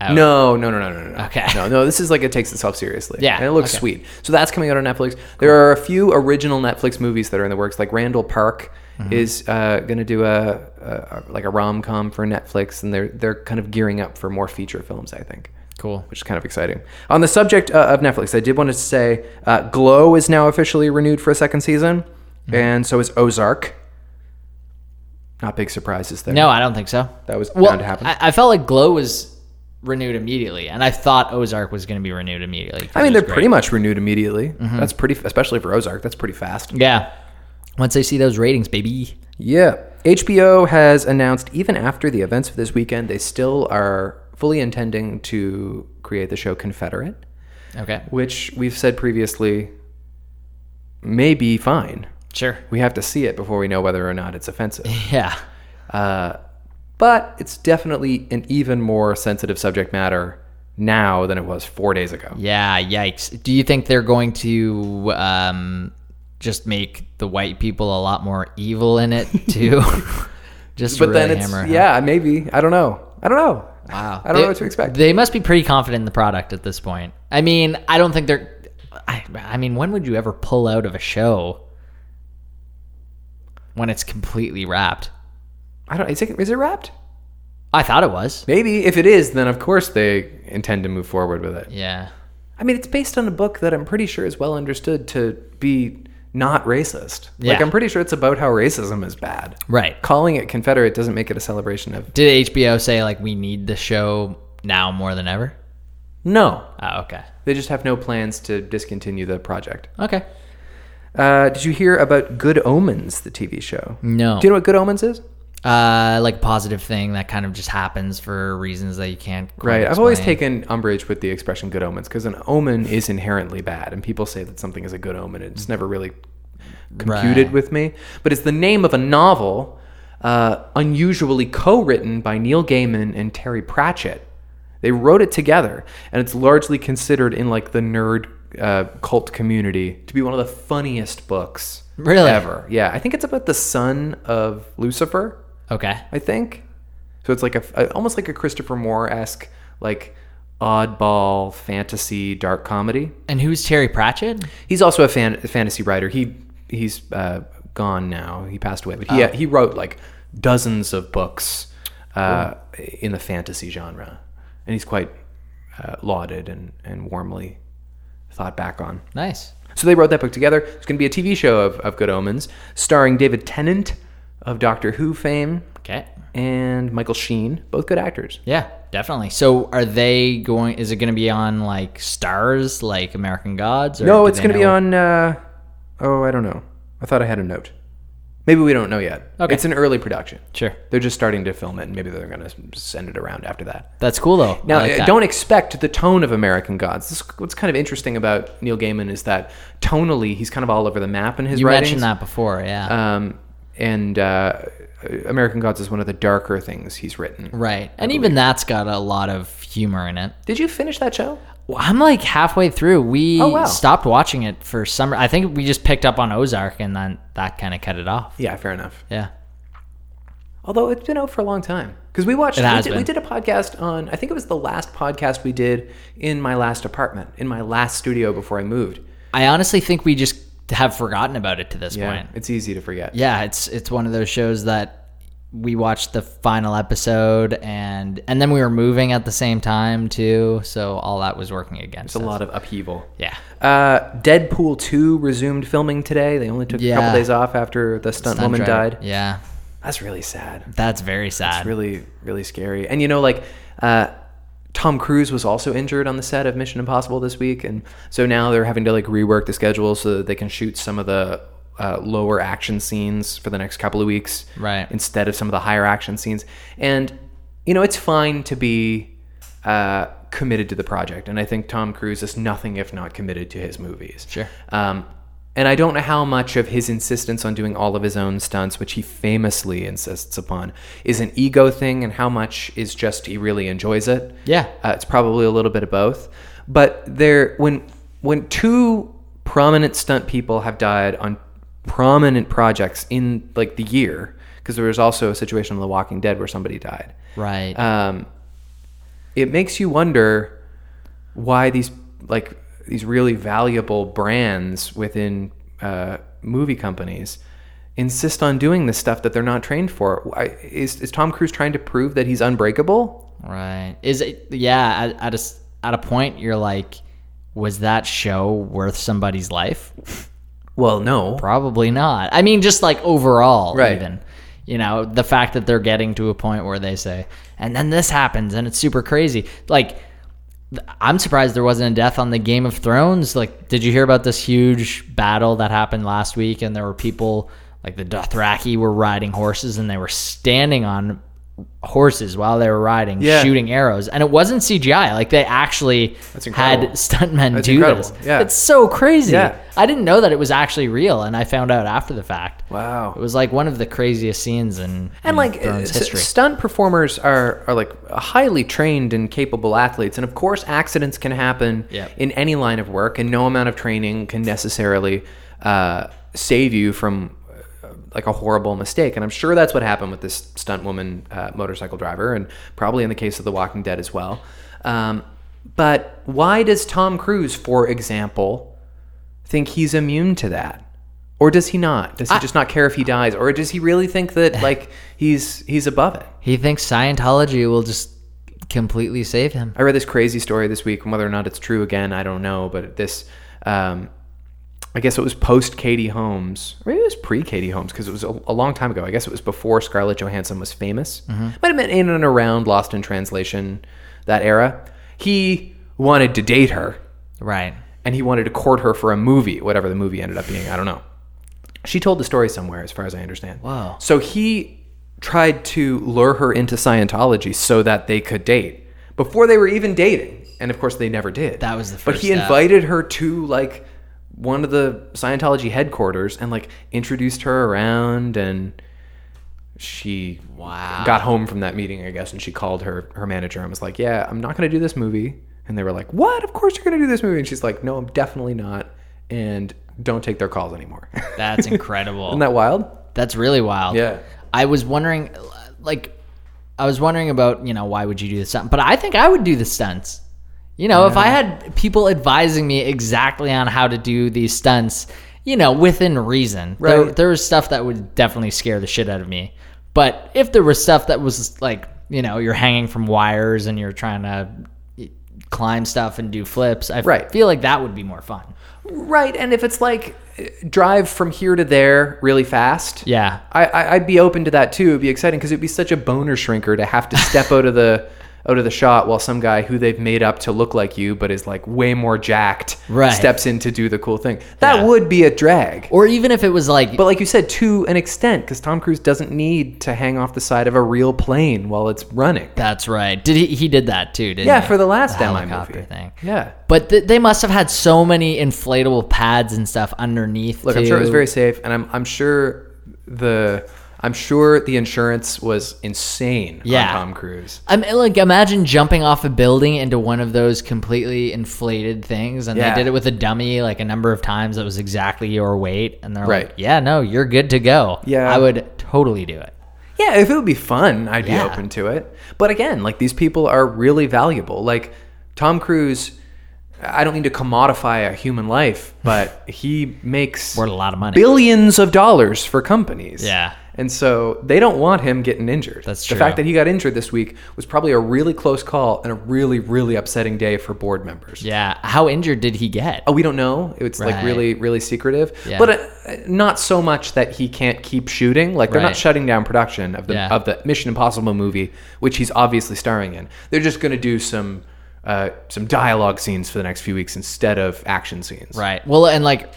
Speaker 1: No, no, no, no, no, no.
Speaker 2: Okay.
Speaker 1: No, no, this is like it takes itself seriously.
Speaker 2: Yeah,
Speaker 1: And it looks
Speaker 2: okay.
Speaker 1: sweet. So that's coming out on Netflix. There are a few original Netflix movies that are in the works. Like Randall Park is uh, going to do a, a, a- like a rom com for Netflix, and they're they're kind of gearing up for more feature films. I think.
Speaker 2: Cool.
Speaker 1: Which is kind of exciting. On the subject uh, of Netflix, I did want to say uh, Glow is now officially renewed for a second season,
Speaker 2: Mm-hmm.
Speaker 1: and so is Ozark. Not big surprises there.
Speaker 2: No, I don't think so.
Speaker 1: That was bound
Speaker 2: Well,
Speaker 1: to happen.
Speaker 2: I, I felt like Glow was renewed immediately, and I thought Ozark was going to be renewed immediately. 'cause
Speaker 1: I mean,
Speaker 2: it
Speaker 1: they're
Speaker 2: was great. Mm-hmm.
Speaker 1: pretty much renewed immediately. That's pretty, especially for Ozark. That's pretty fast.
Speaker 2: Yeah. Once they see those ratings, baby.
Speaker 1: Yeah. HBO has announced even after the events of this weekend, they still are fully intending to create the show Confederate,
Speaker 2: Okay.
Speaker 1: which we've said previously may be fine.
Speaker 2: Sure.
Speaker 1: We have to see it before we know whether or not it's offensive.
Speaker 2: Yeah.
Speaker 1: but it's definitely an even more sensitive subject matter now than it was four days ago.
Speaker 2: Yeah. Yikes. Do you think they're going to um, just make the white people a lot more evil
Speaker 1: [laughs]
Speaker 2: in it too? just
Speaker 1: But
Speaker 2: really
Speaker 1: then it's,
Speaker 2: hammer. it home.
Speaker 1: yeah, maybe. I don't know. I don't know.
Speaker 2: Wow.
Speaker 1: I don't know what to expect.
Speaker 2: They must be pretty confident in the product at this point. I mean, I don't think they're. I, I mean, when would you ever pull out of a show when it's completely wrapped?
Speaker 1: I don't, is it, is it wrapped?
Speaker 2: I thought it was.
Speaker 1: Maybe if it is, then of course they intend to move forward with it.
Speaker 2: Yeah.
Speaker 1: I mean, it's based on a book that I'm pretty sure is well understood to be not racist. Like
Speaker 2: Yeah.
Speaker 1: I'm pretty sure it's about how racism is bad.
Speaker 2: Right.
Speaker 1: Calling it Confederate doesn't make it a celebration of
Speaker 2: Did HBO say like we need the show now more than ever?
Speaker 1: no.
Speaker 2: Oh, okay.
Speaker 1: They just have no plans to discontinue the project.
Speaker 2: Okay.
Speaker 1: Uh, did you hear about Good Omens, the TV show?
Speaker 2: No.
Speaker 1: Do you know what Good Omens is?
Speaker 2: Uh, like positive thing that kind of just happens for reasons that you can't. quite
Speaker 1: Right. I've always
Speaker 2: explain.
Speaker 1: taken umbrage with the expression good omens because an omen is inherently bad, and people say that something is a good omen. It's never really computed
Speaker 2: Right.
Speaker 1: with me. But it's the name of a novel uh, unusually co written by Neil Gaiman and Terry Pratchett. They wrote it together, and it's largely considered in like the nerd uh, cult community to be one of the funniest books
Speaker 2: Really?
Speaker 1: ever. Yeah. I think it's about the son of Lucifer.
Speaker 2: Okay.
Speaker 1: I think. So it's like a, a- almost like a Christopher Moore esque like oddball fantasy dark comedy.
Speaker 2: And who's Terry Pratchett?
Speaker 1: He's also a fan a fantasy writer. He he's uh, gone now. He passed away, but he he wrote like dozens of books uh, in the fantasy genre, and he's quite uh, lauded and and warmly thought back on.
Speaker 2: Nice.
Speaker 1: So they wrote that book together. It's going to be a TV show of, of Good Omens, starring David Tennant of Doctor Who fame
Speaker 2: Okay.
Speaker 1: and Michael Sheen, both good actors.
Speaker 2: Yeah, definitely. So are they going is it going to be on like stars like American Gods or
Speaker 1: No,
Speaker 2: do
Speaker 1: Oh, it's
Speaker 2: they
Speaker 1: going to be
Speaker 2: know-
Speaker 1: on. Uh, oh, I don't know. I thought I had a note. Maybe we don't know yet.
Speaker 2: Okay.
Speaker 1: It's an early production.
Speaker 2: Sure.
Speaker 1: They're just starting to film it, and maybe they're going to send it around after that.
Speaker 2: That's cool though.
Speaker 1: Now,
Speaker 2: I like
Speaker 1: uh,
Speaker 2: that.
Speaker 1: don't expect the tone of American Gods. This, what's kind of interesting about Neil Gaiman is that tonally, he's kind of all over the map in his
Speaker 2: You
Speaker 1: writings.
Speaker 2: mentioned that before, yeah.
Speaker 1: Um, and uh, American Gods is one of the darker things he's written.
Speaker 2: right. And even that's got a lot of humor in it.
Speaker 1: Did you finish that show?
Speaker 2: Well, I'm like halfway through. We
Speaker 1: Oh, wow.
Speaker 2: stopped watching it for summer. I think we just picked up on Ozark and then that kind of cut it off.
Speaker 1: Yeah, fair enough.
Speaker 2: Yeah.
Speaker 1: Although it's been out for a long time because we watched.
Speaker 2: It has
Speaker 1: we, did, we
Speaker 2: been.
Speaker 1: did a podcast on. I think it was the last podcast we did in my last apartment, in my last studio before I moved.
Speaker 2: I honestly think we just have forgotten about it to this
Speaker 1: Yeah,
Speaker 2: point.
Speaker 1: it's easy to forget.
Speaker 2: Yeah, it's it's one of those shows that we watched the final episode and and then we were moving at the same time too, so all that was working against
Speaker 1: It's a
Speaker 2: us.
Speaker 1: lot of upheaval.
Speaker 2: Yeah.
Speaker 1: Uh, Deadpool 2 resumed filming today. They only took a
Speaker 2: Yeah.
Speaker 1: couple days off after the stunt,
Speaker 2: Stunt
Speaker 1: woman
Speaker 2: driver.
Speaker 1: died.
Speaker 2: Yeah.
Speaker 1: That's really sad.
Speaker 2: That's very sad.
Speaker 1: It's really, really scary. And you know, like, uh, Tom Cruise was also injured on the set of Mission Impossible this week. And so now they're having to, like, rework the schedule so that they can shoot some of the uh, lower action scenes for the next couple of weeks
Speaker 2: Right.
Speaker 1: instead of some of the higher action scenes. And, you know, it's fine to be. Uh, committed to the project, and I think Tom Cruise is nothing if not committed to his movies.
Speaker 2: Sure.
Speaker 1: Um, and I don't know how much of his insistence on doing all of his own stunts, which he famously insists upon, is an ego thing and how much is just he really enjoys it.
Speaker 2: Yeah.
Speaker 1: Uh, it's probably a little bit of both. But there when when two prominent stunt people have died on prominent projects in like the year, because there was also a situation on The Walking Dead where somebody died
Speaker 2: Right.
Speaker 1: um, it makes you wonder why these like these really valuable brands within uh, movie companies insist on doing this stuff that they're not trained for. Why, is, is Tom Cruise trying to prove that he's unbreakable?
Speaker 2: Right. Is it? Yeah. At, at a s- at a point, you're like, was that show worth somebody's life?
Speaker 1: Well, no.
Speaker 2: Probably not. I mean, just like overall,
Speaker 1: Right.
Speaker 2: even. You know, the fact that they're getting to a point where they say, and then this happens, and it's super crazy. Like, th- I'm surprised there wasn't a death on the Game of Thrones. Like, did you hear about this huge battle that happened last week? And there were people, like the Dothraki, were riding horses, and they were standing on horses while they were riding,
Speaker 1: Yeah.
Speaker 2: shooting arrows, and it wasn't CGI. Like, they actually had
Speaker 1: incredible.
Speaker 2: stuntmen
Speaker 1: That's
Speaker 2: do
Speaker 1: incredible.
Speaker 2: this.
Speaker 1: Yeah.
Speaker 2: It's so crazy.
Speaker 1: Yeah.
Speaker 2: I didn't know that it was actually real, and I found out after the fact.
Speaker 1: Wow.
Speaker 2: It was like one of the craziest scenes in, in
Speaker 1: and like uh,
Speaker 2: Mm, Thrones
Speaker 1: s-
Speaker 2: history.
Speaker 1: stunt performers are are like highly trained and capable athletes and of course accidents can happen
Speaker 2: Yep.
Speaker 1: in any line of work and no amount of training can necessarily uh, save you from uh, like a horrible mistake and i'm sure that's what happened with this stunt woman uh, motorcycle driver and probably in the case of the walking dead as well um, but why does tom cruise for example think he's immune to that or does he not does he just not care if he dies or does he really think that like he's he's above it
Speaker 2: he thinks Scientology will just completely save him.
Speaker 1: i read this crazy story this week and whether or not it's true again i don't know but this um i guess it was post katie holmes or maybe it was pre katie holmes because it was a, a long time ago i guess it was before scarlett johansson was famous might have been in and around lost in translation that era he wanted to date her
Speaker 2: Right.
Speaker 1: and he wanted to court her for a movie, whatever the movie ended up being. I don't know. She told the story somewhere, as far as I understand.
Speaker 2: Wow.
Speaker 1: So he tried to lure her into Scientology so that they could date before they were even dating. And of course, they never did.
Speaker 2: That was the
Speaker 1: But
Speaker 2: first
Speaker 1: he
Speaker 2: step.
Speaker 1: invited her to, like, one of the Scientology headquarters and, like, introduced her around and. She
Speaker 2: Wow.
Speaker 1: got home from that meeting, I guess, and she called her her manager and was like, "Yeah, I'm not going to do this movie." And they were like, "What? Of course you're going to do this movie." And she's like, "No, I'm definitely not." And don't take their calls anymore. [laughs]
Speaker 2: That's incredible.
Speaker 1: Isn't that wild?
Speaker 2: That's really wild.
Speaker 1: Yeah.
Speaker 2: I was wondering, like, I was wondering about, you know, why would you do the stunt? But I think I would do the stunts. You know, if I had people advising me exactly on how to do these stunts, you know, within reason, there,
Speaker 1: Right.
Speaker 2: there was stuff that would definitely scare the shit out of me. But if there was stuff that was like, you know, you're hanging from wires and you're trying to eh, climb stuff and do flips, I
Speaker 1: Right.
Speaker 2: feel like that would be more fun.
Speaker 1: Right. And if it's like eh, drive from here to there really fast,
Speaker 2: Yeah.
Speaker 1: [laughs] I, I I'd be open to that too. It'd be exciting because it'd be such a boner shrinker to have to step out of the out of the shot while some guy who they've made up to look like you but is like way more jacked
Speaker 2: Right.
Speaker 1: steps in to do the cool thing. That
Speaker 2: Yeah.
Speaker 1: would be a drag.
Speaker 2: Or even if it was like,
Speaker 1: But like you said, to an extent, because Tom Cruise doesn't need to hang off the side of a real plane while it's running.
Speaker 2: that's right. Did he? He did that too, didn't
Speaker 1: Yeah,
Speaker 2: he?
Speaker 1: for the last
Speaker 2: The
Speaker 1: Emmy
Speaker 2: helicopter
Speaker 1: movie.
Speaker 2: thing.
Speaker 1: Yeah.
Speaker 2: But th- they must have had so many inflatable pads and stuff underneath.
Speaker 1: Look, I'm sure it was
Speaker 2: too.
Speaker 1: very safe, and I'm I'm sure the I'm sure the insurance was insane
Speaker 2: Yeah.
Speaker 1: on Tom Cruise.
Speaker 2: I mean, like imagine jumping off a building into one of those completely inflated things, and
Speaker 1: Yeah.
Speaker 2: they did it with a dummy like a number of times that was exactly your weight, and they're
Speaker 1: Right.
Speaker 2: like, "Yeah, no, you're good to go."
Speaker 1: Yeah.
Speaker 2: I would totally do it.
Speaker 1: Yeah, if it would be fun, I'd
Speaker 2: Yeah.
Speaker 1: be open to it. But again, like these people are really valuable. Like Tom Cruise, I don't mean to commodify a human
Speaker 2: [laughs]
Speaker 1: life, but he makes
Speaker 2: Worth a lot of money.
Speaker 1: billions of dollars for companies.
Speaker 2: Yeah.
Speaker 1: And so they don't want him getting injured.
Speaker 2: That's
Speaker 1: The
Speaker 2: true.
Speaker 1: fact that he got injured this week was probably a really close call and a really, really upsetting day for board members.
Speaker 2: yeah. How injured did he get?
Speaker 1: Oh, we don't know. It's like
Speaker 2: Right.
Speaker 1: really, really secretive.
Speaker 2: Yeah.
Speaker 1: But uh, not so much that he can't keep shooting. Like they're not
Speaker 2: Right.
Speaker 1: shutting down production of the
Speaker 2: Yeah.
Speaker 1: of the Mission Impossible movie, which he's obviously starring in. They're just going to do some uh, some dialogue scenes for the next few weeks instead of action scenes.
Speaker 2: Right. Well, and like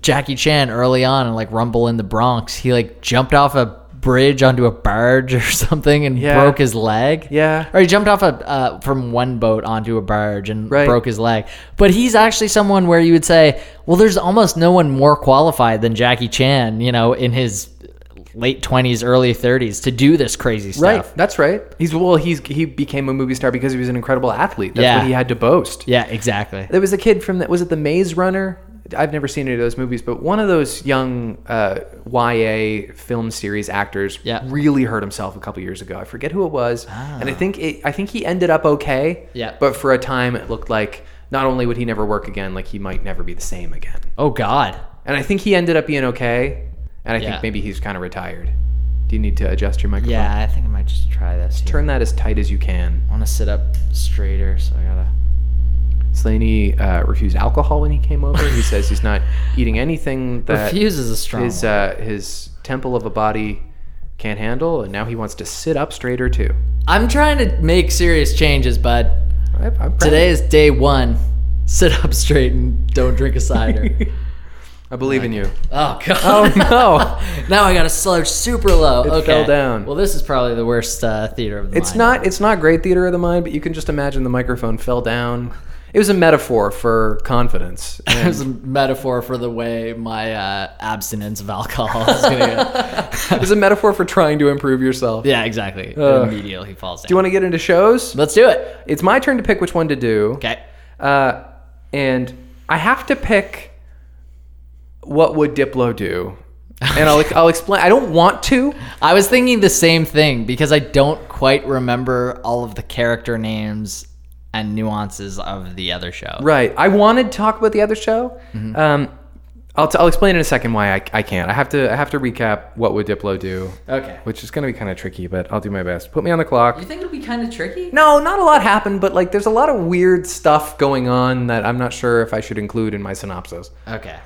Speaker 2: Jackie Chan early on, and like Rumble in the Bronx, he like jumped off a bridge onto a barge or [laughs] something and
Speaker 1: Yeah.
Speaker 2: broke his leg.
Speaker 1: Yeah.
Speaker 2: Or he jumped off a uh, from one boat onto a barge and
Speaker 1: Right.
Speaker 2: broke his leg. But he's actually someone where you would say, well, there's almost no one more qualified than Jackie Chan, you know, in his late 20s, early 30s to do this crazy
Speaker 1: Right.
Speaker 2: stuff.
Speaker 1: That's right. He's well. He's he became a movie star because he was an incredible athlete. That's
Speaker 2: Yeah.
Speaker 1: what he had to boast.
Speaker 2: Yeah, exactly.
Speaker 1: There was a kid from that. Was it the Maze Runner? I've never seen any of those movies, but one of those young uh, YA film series actors
Speaker 2: Yeah. Ah.
Speaker 1: really hurt himself a couple years ago. I forget who it was, and I think it, I think he ended up okay.
Speaker 2: Yeah.
Speaker 1: But for a time, it looked like not only would he never work again, like he might never be the same again.
Speaker 2: Oh, God.
Speaker 1: And I think he ended up being okay. And I
Speaker 2: Yeah.
Speaker 1: think maybe he's kind of retired. Do you need to adjust your microphone?
Speaker 2: Yeah, I think I might just try this. here.
Speaker 1: Turn that as tight as you can.
Speaker 2: I want to sit up straighter, so I gotta.
Speaker 1: Slaney uh, refused alcohol when he came over. He says he's
Speaker 2: [laughs]
Speaker 1: not eating anything that
Speaker 2: Refuse is a strong
Speaker 1: his
Speaker 2: word.
Speaker 1: uh, his temple of a body can't handle, and now he wants to sit up straighter too.
Speaker 2: I'm trying to make serious changes, bud.
Speaker 1: I, I'm proud.
Speaker 2: Today is day one. Sit up straight and don't drink
Speaker 1: [laughs]
Speaker 2: a cider.
Speaker 1: I believe in you.
Speaker 2: oh god. [laughs] Oh
Speaker 1: no.
Speaker 2: [laughs] now I gotta slouch super low. It okay.
Speaker 1: fell down.
Speaker 2: Well, this is probably the worst uh, theater of
Speaker 1: [laughs]
Speaker 2: the
Speaker 1: It's
Speaker 2: mind.
Speaker 1: not it's not great theater of the mind, but you can just imagine the microphone fell down. It was a metaphor for confidence. [laughs]
Speaker 2: It was a metaphor for the way my uh, abstinence of alcohol
Speaker 1: [laughs]
Speaker 2: is gonna go.
Speaker 1: it was a metaphor for trying to improve yourself.
Speaker 2: yeah, exactly. Immediately falls down.
Speaker 1: Uh, Do you want to get into shows?
Speaker 2: Let's do it.
Speaker 1: It's my turn to pick which one to do.
Speaker 2: Okay.
Speaker 1: Uh, and I have to pick what would Diplo do, and I'll I'll explain. I don't want to.
Speaker 2: I was thinking the same thing because I don't quite remember all of the character names and nuances of the other show.
Speaker 1: Right. I wanted to talk about the other show. Um, I'll, t- I'll explain in a second why I, I can't. I have to I have to recap what would Diplo do,
Speaker 2: Okay.
Speaker 1: which is going to be kind of tricky, but I'll do my best. Put me on the clock.
Speaker 2: You think it'll be kind of tricky?
Speaker 1: No, not a lot happened, but like there's a lot of weird stuff going on that I'm not sure if I should include in my synopsis.
Speaker 2: Okay.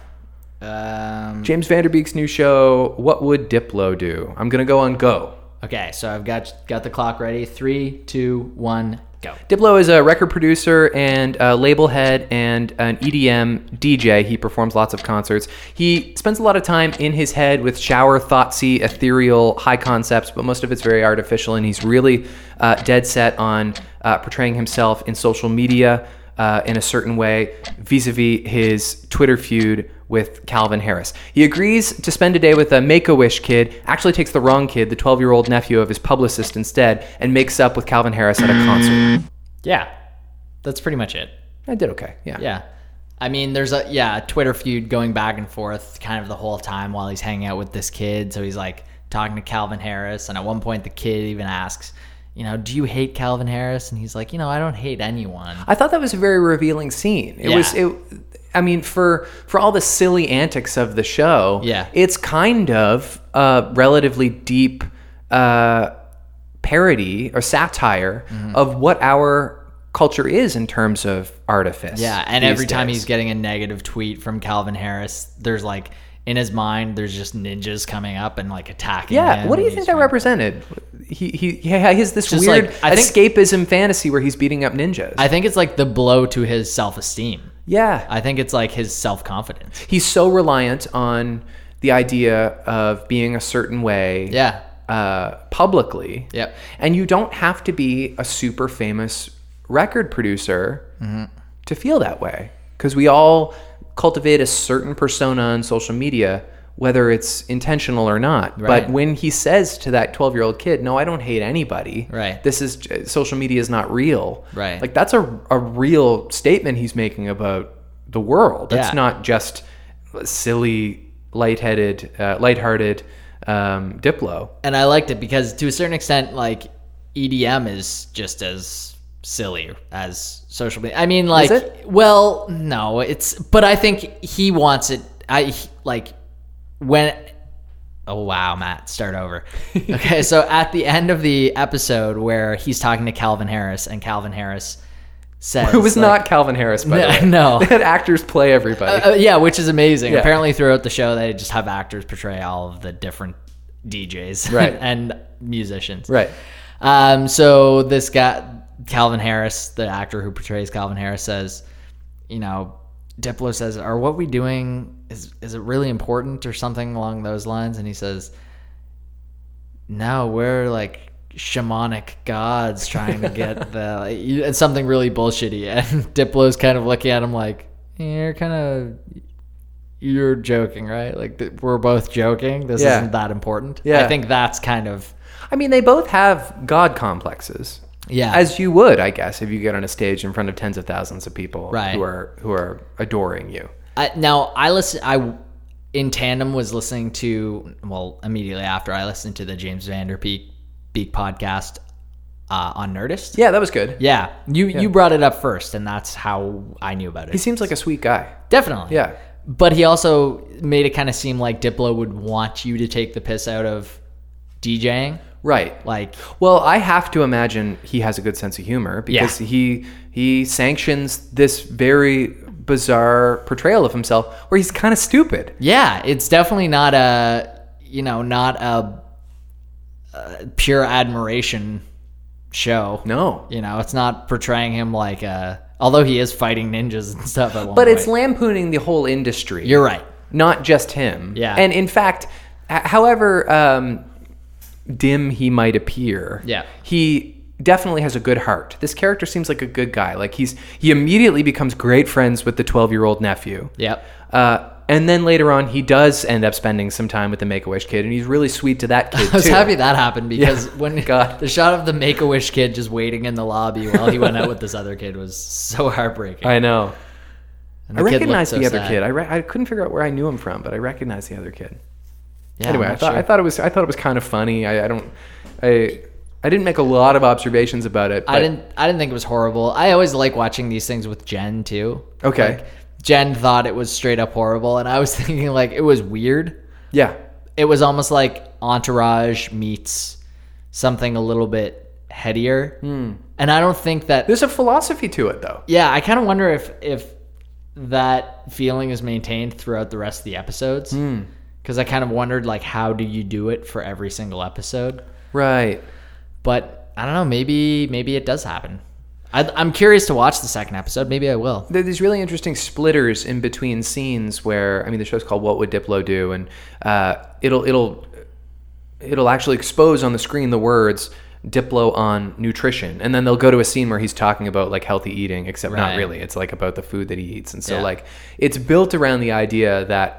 Speaker 2: Um,
Speaker 1: James Vanderbeek's new show, What Would Diplo Do? I'm going to go on go.
Speaker 2: okay, so I've got got the clock ready. Three, two, one, go.
Speaker 1: Diplo is a record producer and a label head and an E EDM DJ. He performs lots of concerts. He spends a lot of time in his head with shower, thoughtsy, ethereal, high concepts, but most of it's very artificial. And he's really uh, dead set on uh, portraying himself in social media uh, in a certain way vis a vis his Twitter feud with Calvin Harris. He agrees to spend a day with a make a wish kid, actually takes the wrong kid, the 12 year old nephew of his publicist instead, and makes up with Calvin Harris at a concert.
Speaker 2: Yeah, that's pretty much it.
Speaker 1: I did okay. Yeah.
Speaker 2: Yeah. I mean, there's a yeah a Twitter feud going back and forth kind of the whole time while he's hanging out with this kid. So he's like talking to Calvin Harris, and at one point the kid even asks, you know, do you hate Calvin Harris? And he's like, you know, I don't hate anyone.
Speaker 1: I thought that was a very revealing scene. It
Speaker 2: Yeah.
Speaker 1: was it I mean for for all the silly antics of the show,
Speaker 2: Yeah.
Speaker 1: it's kind of a relatively deep uh parody or satire
Speaker 2: Mm-hmm.
Speaker 1: of what our culture is in terms of artifice.
Speaker 2: Yeah, and
Speaker 1: these
Speaker 2: every time
Speaker 1: days.
Speaker 2: he's getting a negative tweet from Calvin Harris, there's like in his mind, there's just ninjas coming up and like attacking.
Speaker 1: Yeah,
Speaker 2: him,
Speaker 1: what do you
Speaker 2: and
Speaker 1: think
Speaker 2: he's
Speaker 1: that represented? he he he has this
Speaker 2: Just
Speaker 1: weird
Speaker 2: like, I think-
Speaker 1: escapism fantasy where he's beating up ninjas.
Speaker 2: I think it's like the blow to his self esteem.
Speaker 1: yeah,
Speaker 2: I think it's like his self
Speaker 1: [laughs]
Speaker 2: confidence.
Speaker 1: he's so reliant on the idea of being a certain way.
Speaker 2: Yeah.
Speaker 1: Uh, publicly.
Speaker 2: Yep.
Speaker 1: And you don't have to be a super famous record producer
Speaker 2: Mm-hmm.
Speaker 1: to feel that way, because we all cultivate a certain persona on social media. Whether it's intentional or not,
Speaker 2: Right.
Speaker 1: but when he says to that twelve-year-old kid, "No, I don't hate anybody.
Speaker 2: Right.
Speaker 1: This is social media is not real.
Speaker 2: Right.
Speaker 1: Like that's a a real statement he's making about the world. That's
Speaker 2: Yeah.
Speaker 1: not just silly, lightheaded, uh, lighthearted um, Diplo.
Speaker 2: And I liked it because to a certain extent, like EDM is just as silly as social media. I mean, like,
Speaker 1: it?
Speaker 2: well, no, it's, but I think he wants it. I he- like when. Oh wow, Matt, start over.
Speaker 1: [laughs]
Speaker 2: Okay, so at the end of the episode where he's talking to Calvin Harris and Calvin Harris
Speaker 1: [laughs]
Speaker 2: says
Speaker 1: It was
Speaker 2: like-
Speaker 1: not Calvin Harris, by the
Speaker 2: [laughs]
Speaker 1: [laughs] way.
Speaker 2: No, no.
Speaker 1: They had actors play everybody.
Speaker 2: Uh, yeah, which is amazing. Apparently, throughout the show, they just have actors portray all of the different DJs
Speaker 1: Right.
Speaker 2: [laughs] and musicians.
Speaker 1: right.
Speaker 2: Um, so this guy, Calvin Harris, the actor who portrays Calvin Harris, says, you know, Diplo says, "Are what we doing is is it really important or something along those lines?" And he says, "No, we're like." shamanic gods trying
Speaker 1: [laughs]
Speaker 2: to get the like, you- it's something really bullshitty [laughs] and diplo's kind of looking at him like you're kind of you're joking right like th- we're both joking this
Speaker 1: Yeah.
Speaker 2: isn't that important i
Speaker 1: Yeah.
Speaker 2: think that's kind of
Speaker 1: I mean, they both have god complexes.
Speaker 2: yeah
Speaker 1: As you would, I guess, if you get on a stage in front of tens of thousands of people
Speaker 2: Right.
Speaker 1: who are who are adoring you.
Speaker 2: I, now I listen. I in tandem was listening to well immediately after I listened to the James Vanderbeek Beak podcast uh, on Nerdist.
Speaker 1: Yeah, that was good.
Speaker 2: Yeah, you you brought it up first, and that's how I knew about it.
Speaker 1: He seems like a sweet guy.
Speaker 2: Definitely.
Speaker 1: Yeah.
Speaker 2: But he also made it kind of seem like Diplo would want you to take the piss out of DJing.
Speaker 1: Right.
Speaker 2: Like,
Speaker 1: Well, I have to imagine he has a good sense of humor because he he sanctions this very bizarre portrayal of himself where he's kind of stupid.
Speaker 2: yeah, it's definitely not a you know not a, a pure admiration show.
Speaker 1: No.
Speaker 2: You know, it's not portraying him like a. Although he is fighting ninjas and stuff, at one
Speaker 1: But it's
Speaker 2: point.
Speaker 1: lampooning the whole industry.
Speaker 2: you're right.
Speaker 1: not just him.
Speaker 2: Yeah.
Speaker 1: And in fact, h- however um, dim he might appear,
Speaker 2: Yeah.
Speaker 1: he definitely has a good heart. This character seems like a good guy. Like he's he immediately becomes great friends with the twelve year old nephew.
Speaker 2: Yep.
Speaker 1: Uh, and then later on, he does end up spending some time with the Make a Wish kid, and he's really sweet to
Speaker 2: [laughs]
Speaker 1: that kid
Speaker 2: I was
Speaker 1: too.
Speaker 2: happy that happened because when
Speaker 1: [laughs] God.
Speaker 2: the shot of the Make a Wish kid just waiting in the lobby while he went out with this other kid was so heartbreaking.
Speaker 1: I know.
Speaker 2: And
Speaker 1: I
Speaker 2: the kid looked
Speaker 1: recognized
Speaker 2: so
Speaker 1: the other
Speaker 2: sad.
Speaker 1: kid. I, re- I couldn't figure out where I knew him from, but I recognized the other kid.
Speaker 2: Yeah,
Speaker 1: anyway,
Speaker 2: I'm
Speaker 1: I
Speaker 2: not
Speaker 1: thought
Speaker 2: sure.
Speaker 1: I thought it was I thought it was kind of funny. I, I don't I I didn't make a lot of observations about it. But,
Speaker 2: I didn't. I didn't think it was horrible. I always like watching these things with Jen too.
Speaker 1: Okay.
Speaker 2: Like, Jen thought it was straight up horrible, and I was [laughs] thinking like it was weird.
Speaker 1: Yeah,
Speaker 2: it was almost like entourage meets something a little bit headier
Speaker 1: Hmm.
Speaker 2: and i don't think that
Speaker 1: there's a philosophy to it though.
Speaker 2: yeah i kind of wonder if if that feeling is maintained throughout the rest of the episodes
Speaker 1: Hmm.
Speaker 2: because i kind of wondered like how do you do it for every single episode
Speaker 1: Right.
Speaker 2: but i don't know maybe maybe it does happen I, i'm curious to watch the second episode maybe i will
Speaker 1: There are these really interesting splitters in between scenes where I mean the show's called What Would Diplo Do, and uh, it'll it'll it'll actually expose on the screen the words Diplo on nutrition, and then they'll go to a scene where he's talking about like healthy eating, except
Speaker 2: Right.
Speaker 1: not really. It's like about the food that he eats, and so
Speaker 2: Yeah.
Speaker 1: like it's built around the idea that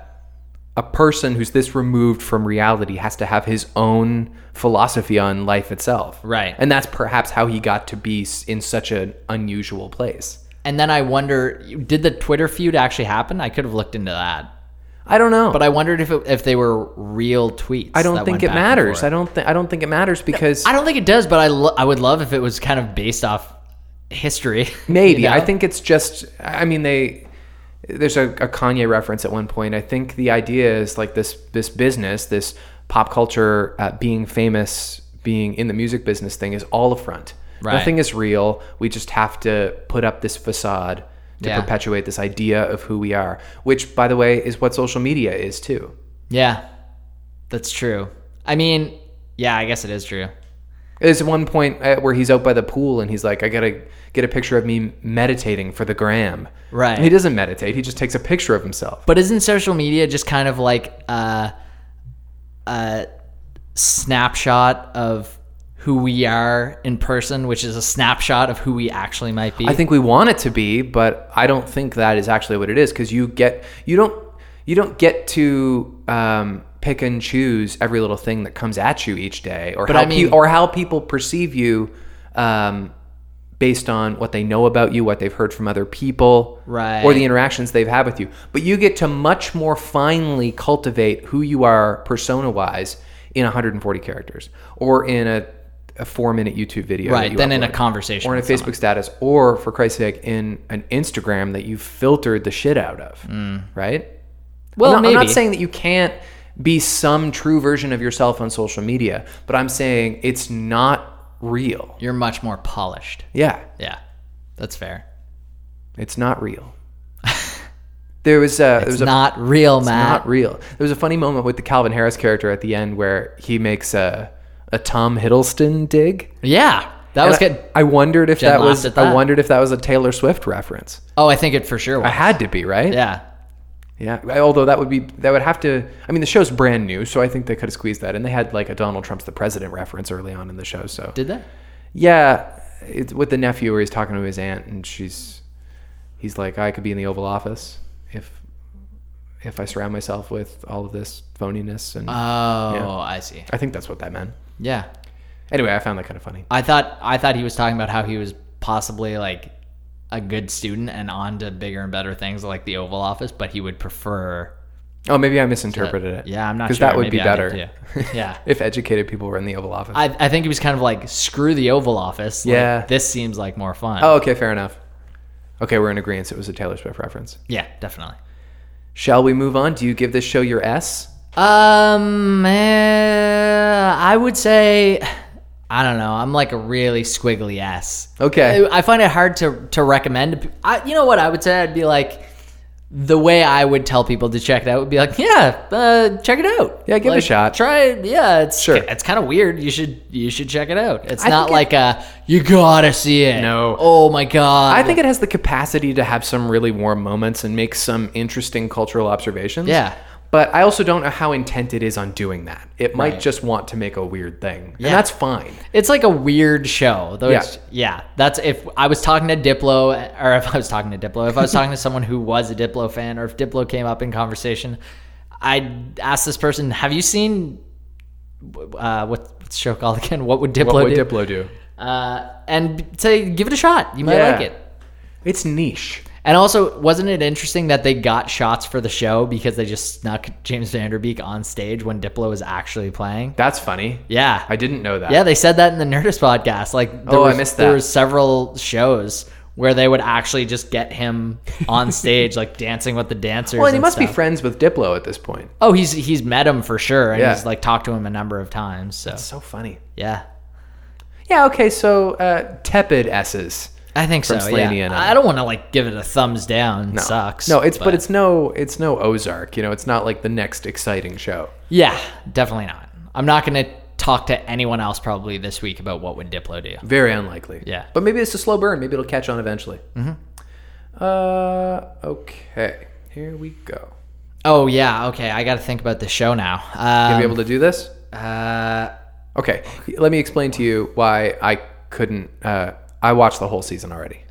Speaker 1: a person who's this removed from reality has to have his own philosophy on life itself,
Speaker 2: Right.
Speaker 1: And that's perhaps how he got to be s- in such an unusual place.
Speaker 2: and then i wonder did the twitter feud actually happen i could have looked into that
Speaker 1: I don't know,
Speaker 2: But I wondered if it, if they were real tweets.
Speaker 1: I don't think it matters. I don't think I don't think it matters because
Speaker 2: I don't think it does. But I lo- I would love if it was kind of based off history. [laughs]
Speaker 1: maybe
Speaker 2: you know?
Speaker 1: I think it's just. I mean, they there's a, a Kanye reference at one point. I think the idea is like this this business, this pop culture uh, being famous, being in the music business thing is all a front.
Speaker 2: Right.
Speaker 1: Nothing is real. We just have to put up this facade to
Speaker 2: Yeah.
Speaker 1: perpetuate this idea of who we are, which, by the way, is what social media is too.
Speaker 2: Yeah, that's true. I mean, yeah, I guess it is true.
Speaker 1: There's one point uh, where he's out by the pool and he's like, I gotta get a picture of me meditating for the gram.
Speaker 2: Right.
Speaker 1: And he doesn't meditate. He just takes a picture of himself.
Speaker 2: But isn't social media just kind of like a, a snapshot of who we are in person, which is a snapshot of who we actually might be?
Speaker 1: I think we want it to be, but I don't think that is actually what it is because you get you don't you don't get to um, pick and choose every little thing that comes at you each day, or how
Speaker 2: I mean-
Speaker 1: pe- or how people perceive you um, based on what they know about you, what they've heard from other people,
Speaker 2: Right.
Speaker 1: or the interactions they've had with you. But you get to much more finely cultivate who you are persona wise in 140 characters or in a, a four minute YouTube video, that
Speaker 2: Right,
Speaker 1: you
Speaker 2: then in a
Speaker 1: upload.
Speaker 2: conversation
Speaker 1: or in a
Speaker 2: with
Speaker 1: Facebook status, or for Christ's sake, in an Instagram that you filtered the shit out of,
Speaker 2: Mm.
Speaker 1: right?
Speaker 2: Well,
Speaker 1: I'm not, I'm not
Speaker 2: maybe.
Speaker 1: saying that you can't be some true version of yourself on social media, but I'm saying it's not real.
Speaker 2: You're much more polished.
Speaker 1: Yeah,
Speaker 2: Yeah, that's fair.
Speaker 1: it's not
Speaker 2: [laughs]
Speaker 1: real. there was a there was
Speaker 2: It's
Speaker 1: a
Speaker 2: not real, Matt.
Speaker 1: not real. There was a funny moment with the Calvin Harris character at the end where he makes a a Tom Hiddleston dig.
Speaker 2: yeah, that was
Speaker 1: And
Speaker 2: good.
Speaker 1: I, I wondered if
Speaker 2: Jen
Speaker 1: that
Speaker 2: laughed
Speaker 1: was
Speaker 2: at
Speaker 1: I
Speaker 2: that.
Speaker 1: wondered if that was a Taylor Swift reference.
Speaker 2: Oh, I think it for sure
Speaker 1: I
Speaker 2: was.
Speaker 1: had to be, right?
Speaker 2: Yeah.
Speaker 1: Yeah, although that would be that would have to. I mean, the show's brand new, so I think they could have squeezed that. And they had like a Donald Trump's the president reference early on in the show. So
Speaker 2: Did that?
Speaker 1: yeah, it's with the nephew where he's talking to his aunt, and she's he's like, I could be in the Oval Office if if I surround myself with all of this phoniness, and
Speaker 2: Oh,
Speaker 1: Yeah.
Speaker 2: I see.
Speaker 1: I think that's what that meant.
Speaker 2: Yeah.
Speaker 1: Anyway, I found that kind of funny.
Speaker 2: I thought I thought he was talking about how he was possibly like a good student and on to bigger and better things like the Oval Office, but he would prefer.
Speaker 1: Oh, maybe I misinterpreted it.
Speaker 2: Yeah, I'm not sure.
Speaker 1: because that would
Speaker 2: Maybe
Speaker 1: be
Speaker 2: I
Speaker 1: better.
Speaker 2: did too.
Speaker 1: [laughs]
Speaker 2: Yeah.
Speaker 1: if educated people were in the Oval Office.
Speaker 2: I, I think he was kind of like screw the Oval Office. like,
Speaker 1: Yeah.
Speaker 2: this seems like more fun.
Speaker 1: oh, okay, fair enough. Okay, we're in agreement. It was a Taylor Swift reference.
Speaker 2: yeah, definitely.
Speaker 1: Shall we move on? Do you give this show your S?
Speaker 2: Um, eh, I would say I don't know. I'm like a really squiggly ass.
Speaker 1: Okay.
Speaker 2: I I find it hard to to recommend. to pe- I, you know what I would say? I'd be like, the way I would tell people to check it out would be like, yeah, uh, check it out.
Speaker 1: Yeah, give it a
Speaker 2: Like,
Speaker 1: shot.
Speaker 2: Try it. Yeah, it's
Speaker 1: Sure.
Speaker 2: It's kind of weird. You should you should check it out. It's
Speaker 1: I
Speaker 2: not
Speaker 1: think it-
Speaker 2: like a you gotta see it.
Speaker 1: No.
Speaker 2: Oh my god.
Speaker 1: I think it has the capacity to have some really warm moments and make some interesting cultural observations.
Speaker 2: Yeah.
Speaker 1: But I also don't know how intent it is on doing that. It might
Speaker 2: Right.
Speaker 1: just want to make a weird thing.
Speaker 2: Yeah.
Speaker 1: And that's fine.
Speaker 2: It's like a weird show, though.
Speaker 1: Yeah.
Speaker 2: It's, yeah, that's if I was talking to Diplo, or if I was talking to Diplo, if I was talking to someone who was a Diplo fan, or if Diplo came up in conversation, I'd ask this person, "Have you seen uh, what, what's the show called again? What would Diplo
Speaker 1: What would
Speaker 2: do?"
Speaker 1: Diplo do?
Speaker 2: uh, and say, "Give it a shot. You might
Speaker 1: Yeah.
Speaker 2: like it."
Speaker 1: It's niche.
Speaker 2: And also, wasn't it interesting that they got shots for the show because they just snuck James Vanderbeek on stage when Diplo was actually playing?
Speaker 1: That's funny.
Speaker 2: Yeah,
Speaker 1: I didn't know that.
Speaker 2: Yeah, they said that in the Nerdist podcast. Like, there
Speaker 1: Oh, I
Speaker 2: was,
Speaker 1: missed
Speaker 2: There
Speaker 1: that.
Speaker 2: were several shows where they would actually just get him
Speaker 1: [laughs]
Speaker 2: on stage, like dancing with the dancers.
Speaker 1: Well, and he
Speaker 2: and
Speaker 1: must be
Speaker 2: stuff.
Speaker 1: friends with Diplo at this point.
Speaker 2: Oh, he's he's met him for sure, and
Speaker 1: Yeah.
Speaker 2: he's like talked to him a number of times. So
Speaker 1: So funny.
Speaker 2: yeah,
Speaker 1: Yeah, okay, so uh, tepid S's.
Speaker 2: I think
Speaker 1: From
Speaker 2: so.
Speaker 1: Slaney
Speaker 2: Yeah,
Speaker 1: and uh,
Speaker 2: I don't want to like give it a thumbs down.
Speaker 1: No.
Speaker 2: Sucks.
Speaker 1: No, it's but, it's no it's no Ozark, you know, it's not like the next exciting show.
Speaker 2: yeah, definitely not. I'm not gonna talk to anyone else probably this week about what would Diplo do.
Speaker 1: Very unlikely.
Speaker 2: Yeah.
Speaker 1: But maybe it's a slow burn. Maybe it'll catch on eventually. Mm-hmm. Uh, okay. Here we go.
Speaker 2: Oh yeah, okay. I got to think about the show now.
Speaker 1: Are
Speaker 2: Um,
Speaker 1: you able to do this?
Speaker 2: uh,
Speaker 1: Okay. Let me explain to you why I couldn't. Uh, I watched the whole season already.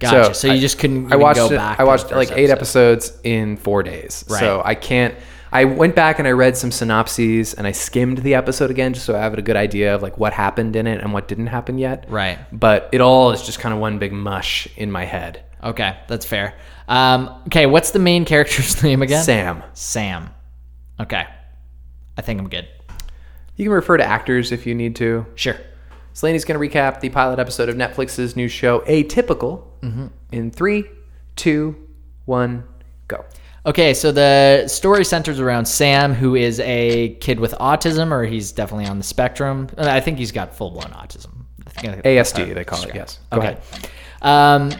Speaker 2: Gotcha. So, you just couldn't.
Speaker 1: I
Speaker 2: even
Speaker 1: watched.
Speaker 2: go
Speaker 1: it-
Speaker 2: back
Speaker 1: I
Speaker 2: to the
Speaker 1: watched
Speaker 2: first
Speaker 1: like eight
Speaker 2: episode.
Speaker 1: episodes in four days.
Speaker 2: Right.
Speaker 1: So I can't. I went back and I read some synopses and I skimmed the episode again just so I have a good idea of like what happened in it and what didn't happen yet.
Speaker 2: Right.
Speaker 1: But it all is just kind of one big mush in my head.
Speaker 2: Okay, that's fair. Um, okay, what's the main character's [laughs] name again?
Speaker 1: Sam.
Speaker 2: Sam. Okay, I think I'm good.
Speaker 1: You can refer to actors if you need to.
Speaker 2: Sure.
Speaker 1: Slaney's going to recap the pilot episode of Netflix's new show, Atypical,
Speaker 2: Mm-hmm.
Speaker 1: in three, two, one, go.
Speaker 2: Okay, so the story centers around Sam, who is a kid with autism, or he's definitely on the spectrum. Uh, I think he's got full blown autism. I think-
Speaker 1: ASD, they call it, yes. Go
Speaker 2: Uh, okay.
Speaker 1: ahead.
Speaker 2: Um,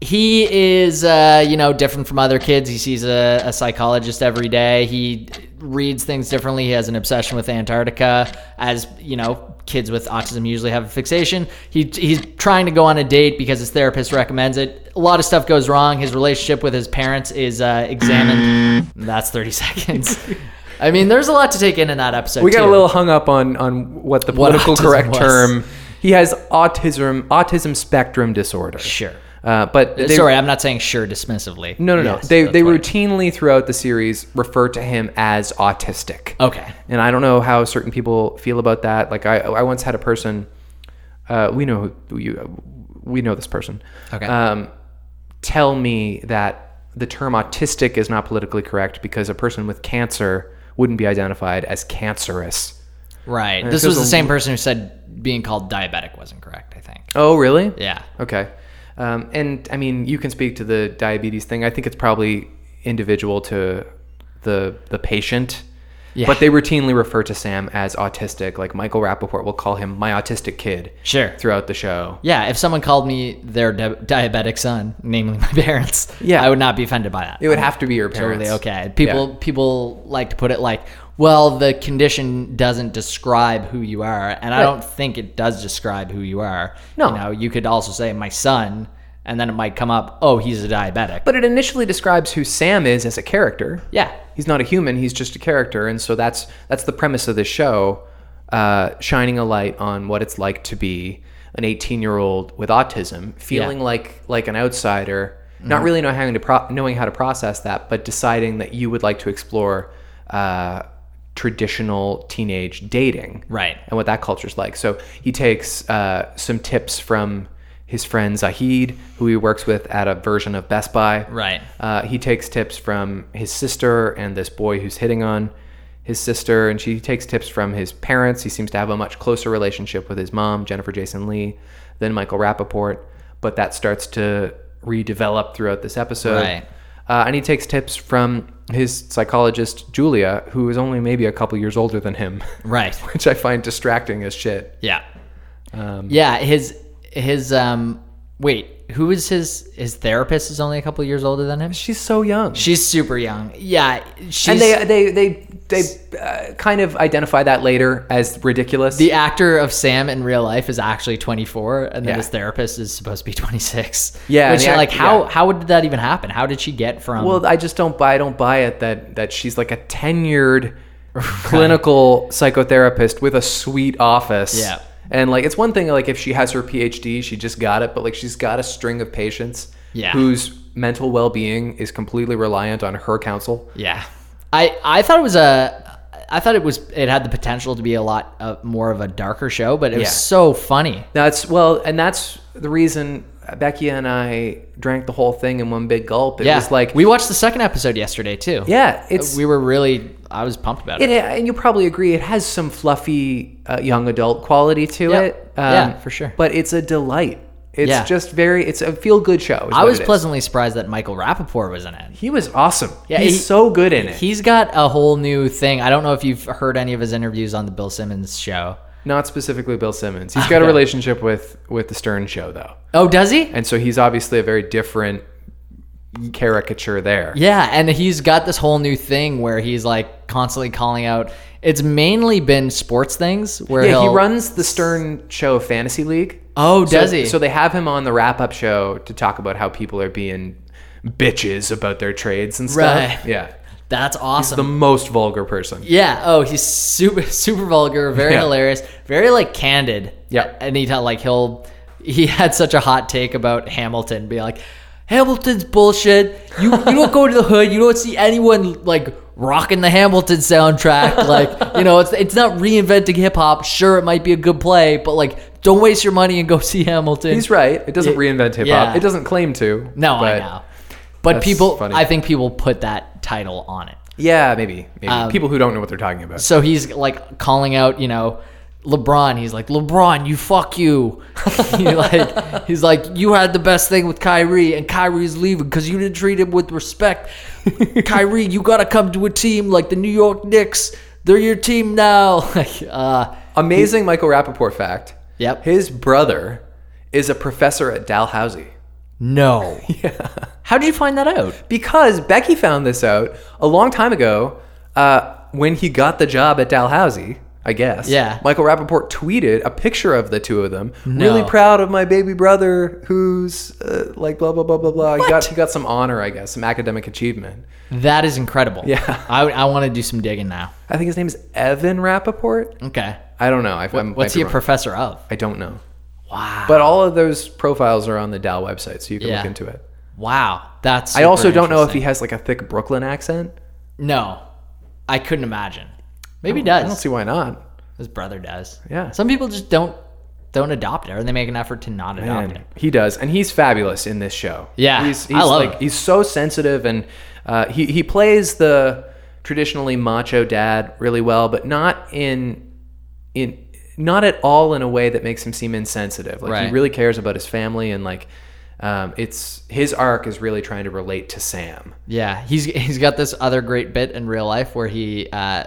Speaker 2: he is, uh, you know, different from other kids. He sees a, a psychologist every day. He reads things differently. He has an obsession with Antarctica, as you know, kids with autism usually have a fixation. He, he's trying to go on a date because his therapist recommends it. A lot of stuff goes wrong. His relationship with his parents is uh, examined. That's 30 [laughs] seconds. I mean, there's a lot to take in in that episode.
Speaker 1: we got
Speaker 2: too.
Speaker 1: a little hung up on on what the
Speaker 2: What
Speaker 1: political
Speaker 2: autism
Speaker 1: correct
Speaker 2: was.
Speaker 1: term. He has autism autism spectrum disorder.
Speaker 2: Sure.
Speaker 1: Uh, but they,
Speaker 2: Sorry, I'm not saying sure dismissively.
Speaker 1: No, no, no.
Speaker 2: Yes,
Speaker 1: they
Speaker 2: that's
Speaker 1: they
Speaker 2: what I-
Speaker 1: routinely throughout the series refer to him as autistic.
Speaker 2: Okay.
Speaker 1: And I don't know how certain people feel about that. Like I, I once had a person. Uh, we know who you. We know this person.
Speaker 2: Okay.
Speaker 1: Um, tell me that the term autistic is not politically correct because a person with cancer wouldn't be identified as cancerous.
Speaker 2: Right. This
Speaker 1: feels
Speaker 2: was the
Speaker 1: a-
Speaker 2: same person who said being called diabetic wasn't correct, I think.
Speaker 1: Oh, really?
Speaker 2: Yeah.
Speaker 1: Okay. Um, and I mean, you can speak to the diabetes thing. I think it's probably individual to the the patient.
Speaker 2: Yeah.
Speaker 1: But they routinely refer to Sam as autistic. Like Michael Rappaport will call him my autistic kid
Speaker 2: Sure.
Speaker 1: throughout the show.
Speaker 2: Yeah, if someone called me their di- diabetic son, namely my [laughs] parents,
Speaker 1: Yeah.
Speaker 2: I would not be offended by that.
Speaker 1: It would have to be your parents.
Speaker 2: totally okay. People people like to put it like, well, the condition doesn't describe who you are, and I
Speaker 1: Right.
Speaker 2: don't think it does describe who you are.
Speaker 1: No.
Speaker 2: You know, you could also say my son, and then it might come up, oh, he's a diabetic.
Speaker 1: But it initially describes who Sam is as a character.
Speaker 2: yeah.
Speaker 1: He's not a human. He's just a character, and so that's that's the premise of this show, uh, shining a light on what it's like to be an 18 year old with autism, feeling
Speaker 2: Yeah. Mm-hmm.
Speaker 1: like like an outsider, not really knowing how to pro- knowing how to process that, but deciding that you would like to explore uh, traditional teenage dating,
Speaker 2: Right.
Speaker 1: and what that culture's like. So he takes uh, some tips from his friend Zahid, who he works with at a version of Best Buy.
Speaker 2: Right.
Speaker 1: Uh, he takes tips from his sister and this boy who's hitting on his sister, and she takes tips from his parents. He seems to have a much closer relationship with his mom, Jennifer Jason Lee, than Michael Rappaport, but that starts to redevelop throughout this episode.
Speaker 2: Right.
Speaker 1: Uh, and he takes tips from his psychologist, Julia, who is only maybe a couple years older than him, [laughs]
Speaker 2: Right.
Speaker 1: which I find distracting as shit.
Speaker 2: Yeah.
Speaker 1: Um,
Speaker 2: yeah, his his um wait, who is his his therapist is only a couple years older than him?
Speaker 1: She's so young.
Speaker 2: She's super young. Yeah, she's
Speaker 1: and they uh, they they they uh, kind of identify that later as ridiculous.
Speaker 2: the actor of Sam in real life is actually 24 and then
Speaker 1: Yeah.
Speaker 2: his therapist is supposed to be 26.
Speaker 1: Yeah,
Speaker 2: Which
Speaker 1: the act-
Speaker 2: like how
Speaker 1: yeah.
Speaker 2: how did that even happen? How did she get from
Speaker 1: Well, I just don't buy. I don't buy it that that she's like a
Speaker 2: [laughs]
Speaker 1: tenured clinical psychotherapist with a sweet office.
Speaker 2: Yeah.
Speaker 1: And like it's one thing like if she has her PhD, she just got it, but like she's got a string of patients
Speaker 2: Yeah.
Speaker 1: whose mental well-being is completely reliant on her counsel.
Speaker 2: Yeah. I I thought it was a I thought it was it had the potential to be a lot uh, more of a darker show, but it
Speaker 1: Yeah.
Speaker 2: was so funny.
Speaker 1: That's well, and that's the reason Becky and I drank the whole thing in one big gulp. It
Speaker 2: Yeah.
Speaker 1: was like
Speaker 2: we watched the second episode yesterday too.
Speaker 1: yeah, it's
Speaker 2: we were really I was pumped about it.
Speaker 1: It, and you probably agree, it has some fluffy uh, young adult quality to
Speaker 2: Yep.
Speaker 1: it. um,
Speaker 2: Yeah, for sure.
Speaker 1: But it's a delight. It's
Speaker 2: Yeah.
Speaker 1: just very. It's a feel good show. is
Speaker 2: I
Speaker 1: what
Speaker 2: was
Speaker 1: it is.
Speaker 2: pleasantly surprised that Michael Rappaport was in it.
Speaker 1: He was awesome.
Speaker 2: Yeah,
Speaker 1: he's
Speaker 2: he-
Speaker 1: so good in it.
Speaker 2: He's got a whole new thing. I don't know if you've heard any of his interviews on the Bill Simmons show.
Speaker 1: Not specifically Bill Simmons. He's got a relationship with with the Stern Show though,
Speaker 2: Oh, does he?
Speaker 1: and so he's obviously a very different caricature there.
Speaker 2: Yeah, and he's got this whole new thing where he's like constantly calling out. It's mainly been sports things where
Speaker 1: Yeah, he
Speaker 2: he'll-
Speaker 1: runs the Stern Show Fantasy League.
Speaker 2: Oh, does
Speaker 1: so,
Speaker 2: he?
Speaker 1: So they have him on the wrap up show to talk about how people are being bitches about their trades and stuff.
Speaker 2: Right.
Speaker 1: Yeah.
Speaker 2: That's awesome.
Speaker 1: the most vulgar person.
Speaker 2: Yeah. Oh, he's super [laughs] super vulgar, very
Speaker 1: Yeah.
Speaker 2: hilarious, very like candid.
Speaker 1: Yeah.
Speaker 2: Anytime like he'll he had such a hot take about Hamilton, be like, Hamilton's bullshit. You you don't go to the hood. You don't see anyone like rocking the Hamilton soundtrack. [laughs] Like you know, it's it's not reinventing hip hop. Sure, it might be a good play, but like don't waste your money and go [laughs] see Hamilton.
Speaker 1: He's right. It doesn't
Speaker 2: Yeah.
Speaker 1: reinvent hip hop.
Speaker 2: Yeah.
Speaker 1: It doesn't claim to.
Speaker 2: No, I
Speaker 1: but-
Speaker 2: know. But
Speaker 1: that's
Speaker 2: people,
Speaker 1: funny.
Speaker 2: I think people put that title on it.
Speaker 1: Yeah, maybe. Maybe
Speaker 2: Um,
Speaker 1: people who don't know what they're talking about.
Speaker 2: So he's like calling out, you know, LeBron. He's like, LeBron, you fuck you. [laughs] he like, he's like, you had the best thing with Kyrie, and Kyrie's leaving because you didn't treat him with respect. [laughs] Kyrie, you gotta come to a team like the New York Knicks. They're your team now. [laughs] Like, uh,
Speaker 1: Amazing Michael Rappaport fact.
Speaker 2: Yep.
Speaker 1: His brother is a professor at Dalhousie. [laughs]
Speaker 2: no. How did you find that out?
Speaker 1: Because Becky found this out a long time ago uh, when he got the job at Dalhousie. I guess.
Speaker 2: Yeah.
Speaker 1: Michael Rappaport tweeted a picture of the two of them.
Speaker 2: No.
Speaker 1: Really proud of my baby brother who's uh, like blah, blah, blah, blah, blah. He got, he got some honor, I guess, some academic achievement.
Speaker 2: That is incredible.
Speaker 1: Yeah.
Speaker 2: I, I want to do some digging now.
Speaker 1: I think his name is Evan Rappaport.
Speaker 2: Okay.
Speaker 1: I don't know. I, what, I'm, might
Speaker 2: What's
Speaker 1: be
Speaker 2: he a
Speaker 1: wrong.
Speaker 2: professor of?
Speaker 1: I don't know.
Speaker 2: Wow.
Speaker 1: But all of those profiles are on the Dow website, so you can
Speaker 2: Yeah.
Speaker 1: look into it.
Speaker 2: Wow. That's.
Speaker 1: I also
Speaker 2: super
Speaker 1: don't know if he
Speaker 2: interesting.
Speaker 1: has like a thick Brooklyn accent.
Speaker 2: No, I couldn't imagine. Maybe he does.
Speaker 1: I don't see why not.
Speaker 2: His brother does.
Speaker 1: Yeah.
Speaker 2: Some people just don't don't adopt it, or they make an effort to not adopt
Speaker 1: Man,
Speaker 2: it.
Speaker 1: he does, and he's fabulous in this show.
Speaker 2: Yeah,
Speaker 1: he's,
Speaker 2: I
Speaker 1: he's
Speaker 2: love
Speaker 1: like
Speaker 2: him.
Speaker 1: he's so sensitive, and uh, he he plays the traditionally macho dad really well, but not in in not at all in a way that makes him seem insensitive. Like
Speaker 2: Right.
Speaker 1: he really cares about his family, and like um, it's his arc is really trying to relate to Sam.
Speaker 2: Yeah, he's he's got this other great bit in real life where he uh,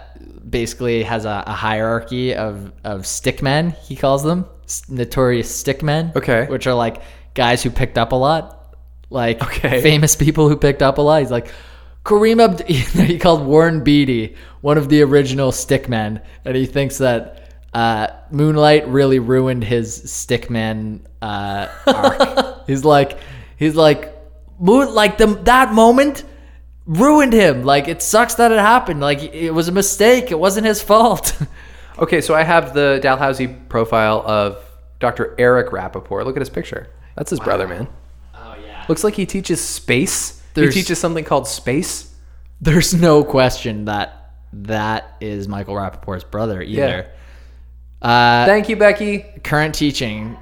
Speaker 2: basically has a, a hierarchy of of stickmen. He calls them S- notorious stickmen.
Speaker 1: Okay.
Speaker 2: which are like guys who picked up a lot, like
Speaker 1: Okay.
Speaker 2: famous people who picked up a lot. He's like Kareem Abd. [laughs] He called Warren Beatty one of the original stickmen, and he thinks that. Uh, Moonlight really ruined his stickman uh, arc. he's like, he's like, Moon, like the that moment ruined him. Like it sucks that it happened. Like it was a mistake. It wasn't his fault. [laughs]
Speaker 1: Okay, so I have the Dalhousie profile of Dr. Eric Rappaport. Look at his picture. That's his brother, man.
Speaker 2: Oh yeah.
Speaker 1: Looks like he teaches space.
Speaker 2: There's-
Speaker 1: he teaches something called space.
Speaker 2: There's no question that that is Michael Rappaport's brother either. Uh,
Speaker 1: Thank you, Becky.
Speaker 2: current teaching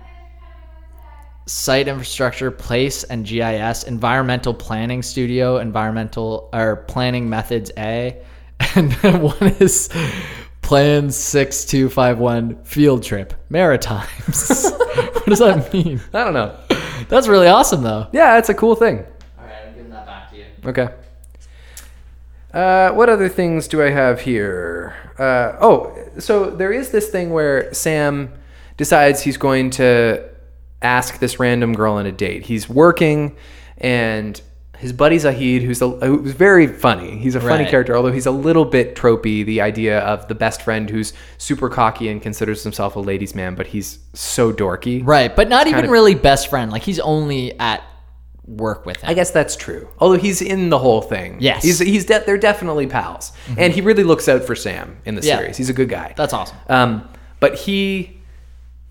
Speaker 2: site infrastructure place and gis environmental planning studio environmental or planning methods a [laughs] and then one is plan 6251 field trip maritimes [laughs] what does that mean
Speaker 1: I don't know.
Speaker 2: that's really awesome though
Speaker 1: Yeah, it's a cool thing.
Speaker 2: all right i'm giving that back to you
Speaker 1: Okay. Uh, what other things do I have here? Uh, oh, so there is this thing where Sam decides he's going to ask this random girl on a date. He's working, and his buddy Zahid, who's a, who's very funny. He's a funny
Speaker 2: Right.
Speaker 1: character, although he's a little bit tropey. The idea of the best friend who's super cocky and considers himself a ladies' man, but he's so dorky.
Speaker 2: right but not even
Speaker 1: of-
Speaker 2: really best friend like he's only at work with him
Speaker 1: I guess that's true. Although he's in the whole thing.
Speaker 2: Yes. Mm-hmm.
Speaker 1: He's he's de- they're definitely pals. And he really looks out for Sam in the
Speaker 2: Yeah.
Speaker 1: series. He's a good guy.
Speaker 2: that's awesome
Speaker 1: um but he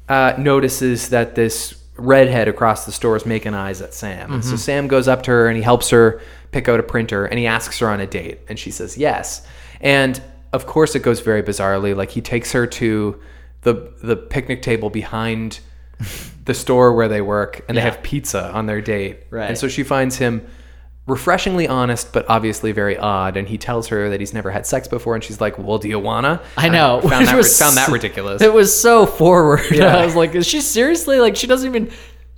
Speaker 1: uh, notices that this redhead across the store is making eyes at Sam. And so Sam goes up to her and he helps her pick out a printer and he asks her on a date and she says yes. And of course it goes very bizarrely like he takes her to the the picnic table behind the store where they work and they have pizza on their date.
Speaker 2: Right.
Speaker 1: And so she finds him refreshingly honest but obviously very odd and he tells her that he's never had sex before and she's like, "Well, do you wanna?"
Speaker 2: I know.
Speaker 1: Found
Speaker 2: [laughs] which
Speaker 1: that,
Speaker 2: was-
Speaker 1: found that ridiculous.
Speaker 2: [laughs] It was so forward. [laughs]
Speaker 1: Yeah.
Speaker 2: I was like, is she seriously like she doesn't even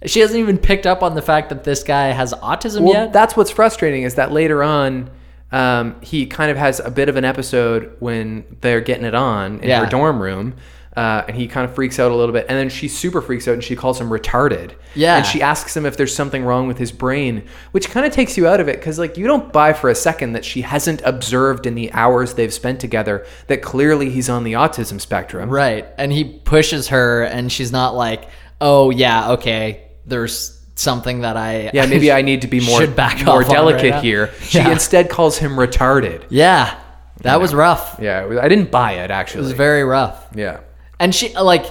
Speaker 2: she hasn't even picked up on the fact that this guy has autism
Speaker 1: Well,
Speaker 2: yet?
Speaker 1: that's what's frustrating is that later on, um, he kind of has a bit of an episode when they're getting it on in
Speaker 2: Yeah.
Speaker 1: her dorm room. Uh, and he kind of freaks out a little bit, and then she super freaks out, and she calls him retarded.
Speaker 2: Yeah.
Speaker 1: and she asks him if there's something wrong with his brain, which kind of takes you out of it because like you don't buy for a second that she hasn't observed in the hours they've spent together that clearly he's on the autism spectrum.
Speaker 2: right. And he pushes her and she's not like, "Oh yeah, okay, there's something that I
Speaker 1: Yeah,
Speaker 2: [laughs]
Speaker 1: maybe I need to be more
Speaker 2: should back
Speaker 1: more
Speaker 2: off on right
Speaker 1: delicate
Speaker 2: now.
Speaker 1: here. She
Speaker 2: Yeah.
Speaker 1: instead calls him retarded.
Speaker 2: Yeah. That was rough. It
Speaker 1: Yeah, I didn't buy it actually.
Speaker 2: was very rough.
Speaker 1: Yeah.
Speaker 2: And she like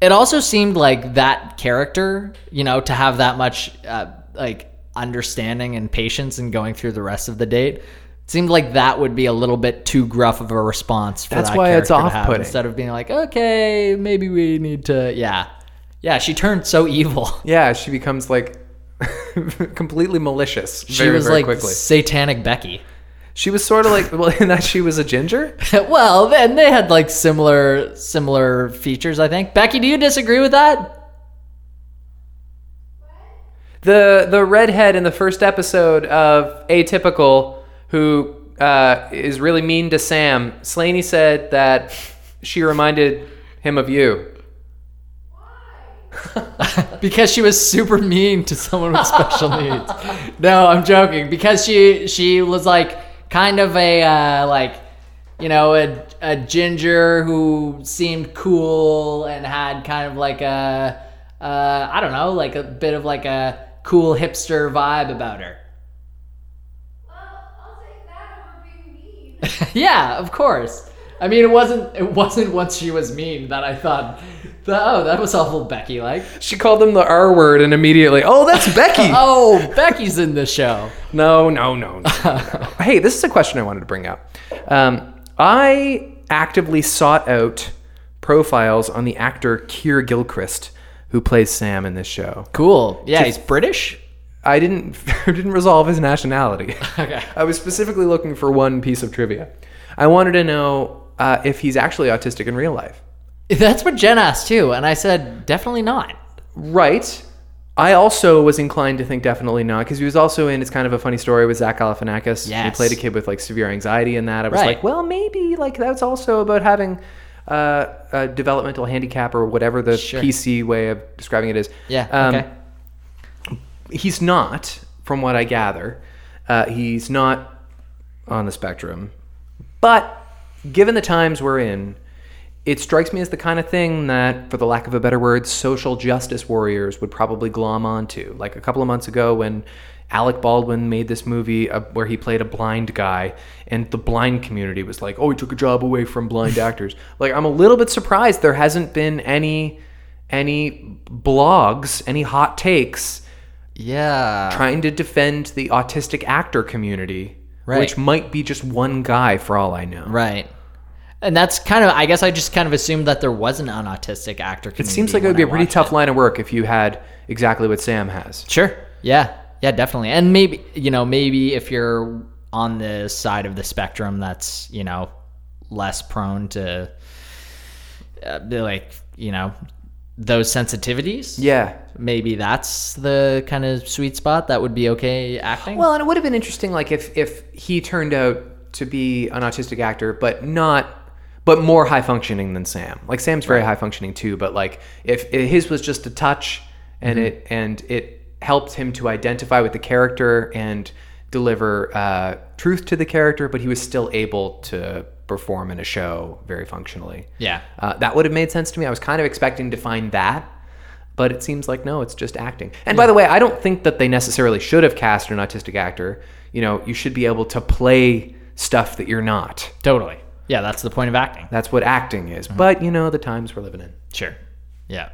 Speaker 2: it also seemed like that character, you know, to have that much uh, like understanding and patience and going through the rest of the date. It seemed like that would be a little bit too gruff of a response for
Speaker 1: That's
Speaker 2: that
Speaker 1: why it's
Speaker 2: character to have,
Speaker 1: off-putting.
Speaker 2: instead of being like, "Okay, maybe we need to yeah." Yeah, she turned so evil. [laughs]
Speaker 1: Yeah, she becomes like [laughs] completely malicious
Speaker 2: She
Speaker 1: very,
Speaker 2: was
Speaker 1: very
Speaker 2: like
Speaker 1: quickly.
Speaker 2: satanic Becky. [laughs]
Speaker 1: She was sort of like, well, [laughs] in that she was a ginger?
Speaker 2: well, and they had like similar similar features, I think. Becky, do you disagree with that?
Speaker 1: The, the redhead in the first episode of Atypical, who uh, is really mean to Sam, Slaney said that she reminded him of you.
Speaker 2: [laughs] because she was super mean to someone with special needs. No, I'm joking. Because she she was like kind of a uh, like you know, a, a ginger who seemed cool and had kind of like a, uh, I don't know, like a bit of like a cool hipster vibe about her. [laughs] yeah, of course. I mean, it wasn't it wasn't once she was mean that I thought, oh, that was awful Becky like.
Speaker 1: She called him the R word and immediately, oh, that's Becky.
Speaker 2: [laughs] Oh, Becky's in the show.
Speaker 1: No, no, no, no, no.
Speaker 2: [laughs]
Speaker 1: hey, this is a question I wanted to bring up. Um, I actively sought out profiles on the actor Keir Gilchrist, who plays Sam in this show.
Speaker 2: Cool. Yeah, he's British.
Speaker 1: I didn't [laughs] I didn't resolve his nationality.
Speaker 2: [laughs] Okay.
Speaker 1: I was specifically looking for one piece of trivia. I wanted to know uh, if he's actually autistic in real life.
Speaker 2: That's what Jen asked too, and I said definitely not.
Speaker 1: Right. I also was inclined to think definitely not because he was also in. It's kind of a funny story with Zach Galifianakis. He
Speaker 2: Yes.
Speaker 1: played a kid with like severe anxiety and that. I was
Speaker 2: Right.
Speaker 1: like, well, maybe like that's also about having uh, a developmental handicap or whatever the
Speaker 2: Sure.
Speaker 1: PC way of describing it is.
Speaker 2: Yeah.
Speaker 1: Um,
Speaker 2: okay.
Speaker 1: He's not, from what I gather. Uh, he's not on the spectrum, but given the times we're in, it strikes me as the kind of thing that, for the lack of a better word, social justice warriors would probably glom onto. Like a couple of months ago, when Alec Baldwin made this movie uh, where he played a blind guy, and the blind community was like, "Oh, he took a job away from blind actors." Like, I'm a little bit surprised there hasn't been any any blogs, any hot takes
Speaker 2: Yeah.
Speaker 1: trying to defend the autistic actor community,
Speaker 2: Right.
Speaker 1: which might be just one guy for all I know.
Speaker 2: right. And that's kind of. I guess I just kind of assumed that there wasn't an autistic actor.
Speaker 1: It seems like it would be a pretty tough line of work if you had exactly what Sam has.
Speaker 2: Sure. Yeah. Yeah. Definitely. And maybe you know maybe if you're on the side of the spectrum that's you know less prone to uh, be like you know those sensitivities.
Speaker 1: Yeah.
Speaker 2: Maybe that's the kind of sweet spot that would be okay acting.
Speaker 1: Well, and it would have been interesting, like if if he turned out to be an autistic actor, but not, but more high functioning than Sam. Like Sam's very high functioning too, but like if, if his was just a touch, and it and it helped him to identify with the character and deliver uh, truth to the character, but he was still able to perform in a show very functionally.
Speaker 2: yeah.
Speaker 1: Uh, that would have made sense to me. I was kind of expecting to find that, but it seems like no, it's just acting. And by the way, I don't think that they necessarily should have cast an autistic actor. You know, you should be able to play stuff that you're not.
Speaker 2: Totally. Yeah, that's the point of acting.
Speaker 1: That's what acting is. But you know, the times we're living in.
Speaker 2: Sure. Yeah.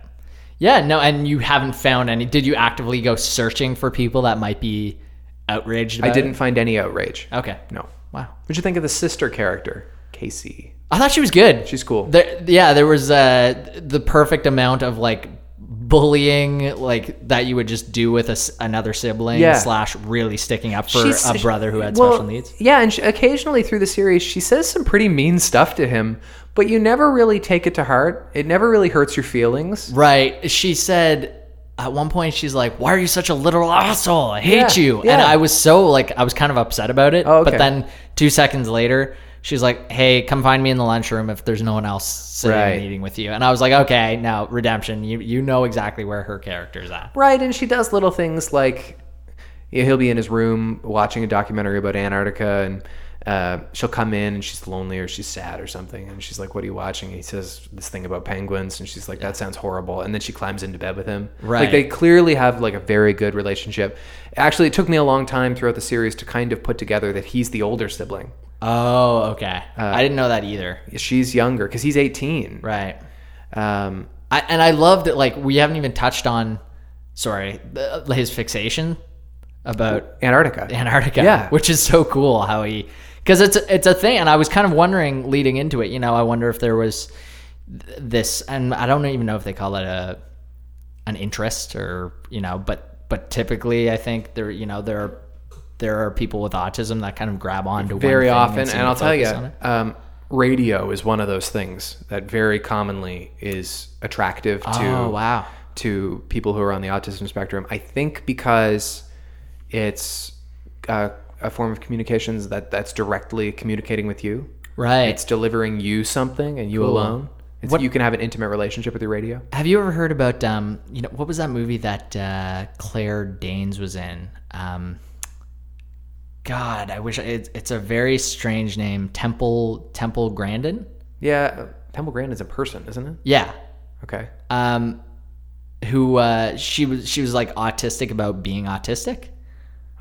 Speaker 2: Yeah, no, and you haven't found any. Did you actively go searching for people that might be outraged about
Speaker 1: I didn't
Speaker 2: it?
Speaker 1: find any outrage.
Speaker 2: Okay.
Speaker 1: No.
Speaker 2: Wow.
Speaker 1: What'd you think of the sister character, Casey?
Speaker 2: I thought she was good.
Speaker 1: She's cool.
Speaker 2: There, yeah, there was uh, the perfect amount of like bullying like that you would just do with a s another sibling
Speaker 1: Yeah.
Speaker 2: slash really sticking up for
Speaker 1: She's-
Speaker 2: a brother who had
Speaker 1: well,
Speaker 2: special needs.
Speaker 1: Yeah, and she, occasionally through the series, she says some pretty mean stuff to him, but you never really take it to heart. It never really hurts your feelings.
Speaker 2: Right. She said at one point she's like, "Why are you such a literal asshole? I hate
Speaker 1: Yeah,
Speaker 2: you." And
Speaker 1: yeah.
Speaker 2: I was so like I was kind of upset about it.
Speaker 1: Oh, okay.
Speaker 2: But then 2 seconds later, she's like, "Hey, come find me in the lunchroom if there's no one else sitting
Speaker 1: Right.
Speaker 2: and eating with you." And I was like, "Okay, now redemption. You you know exactly where her character's at."
Speaker 1: Right, and she does little things like yeah, he'll be in his room watching a documentary about Antarctica, and uh, she'll come in and she's lonely or she's sad or something, and she's like, "What are you watching?" And he says this thing about penguins, and she's like, "That sounds horrible," and then she climbs into bed with him.
Speaker 2: Right.
Speaker 1: like they clearly have like a very good relationship. Actually, it took me a long time throughout the series to kind of put together that he's the older sibling.
Speaker 2: Oh, okay.
Speaker 1: Uh,
Speaker 2: I didn't know that either.
Speaker 1: She's younger because he's eighteen.
Speaker 2: Right.
Speaker 1: Um,
Speaker 2: I, and I loved it like we haven't even touched on sorry, the, his fixation about
Speaker 1: Antarctica.
Speaker 2: Antarctica.
Speaker 1: Yeah.
Speaker 2: which is so cool how he because it's it's a thing, and I was kind of wondering leading into it. You know, I wonder if there was th- this, and I don't even know if they call it a an interest or you know, but but typically I think there you know there are there are people with autism that kind of grab onto
Speaker 1: very
Speaker 2: one thing
Speaker 1: often,
Speaker 2: seem
Speaker 1: and
Speaker 2: to
Speaker 1: I'll tell you,
Speaker 2: focus on it.
Speaker 1: um, radio is one of those things that very commonly is attractive to
Speaker 2: oh wow,
Speaker 1: to people who are on the autism spectrum. I think because it's uh, a form of communications that that's directly communicating with you.
Speaker 2: right?
Speaker 1: It's delivering you something and you alone. It's,
Speaker 2: What-
Speaker 1: you can have an intimate relationship with your radio.
Speaker 2: Have you ever heard about um you know what was that movie that uh, Claire Danes was in um God, I wish it's, it's a very strange name. Temple Temple Grandin.
Speaker 1: Yeah, Temple Grandin is a person, isn't it?
Speaker 2: Yeah,
Speaker 1: Okay.
Speaker 2: um, who uh, she was she was like autistic about being autistic. [laughs]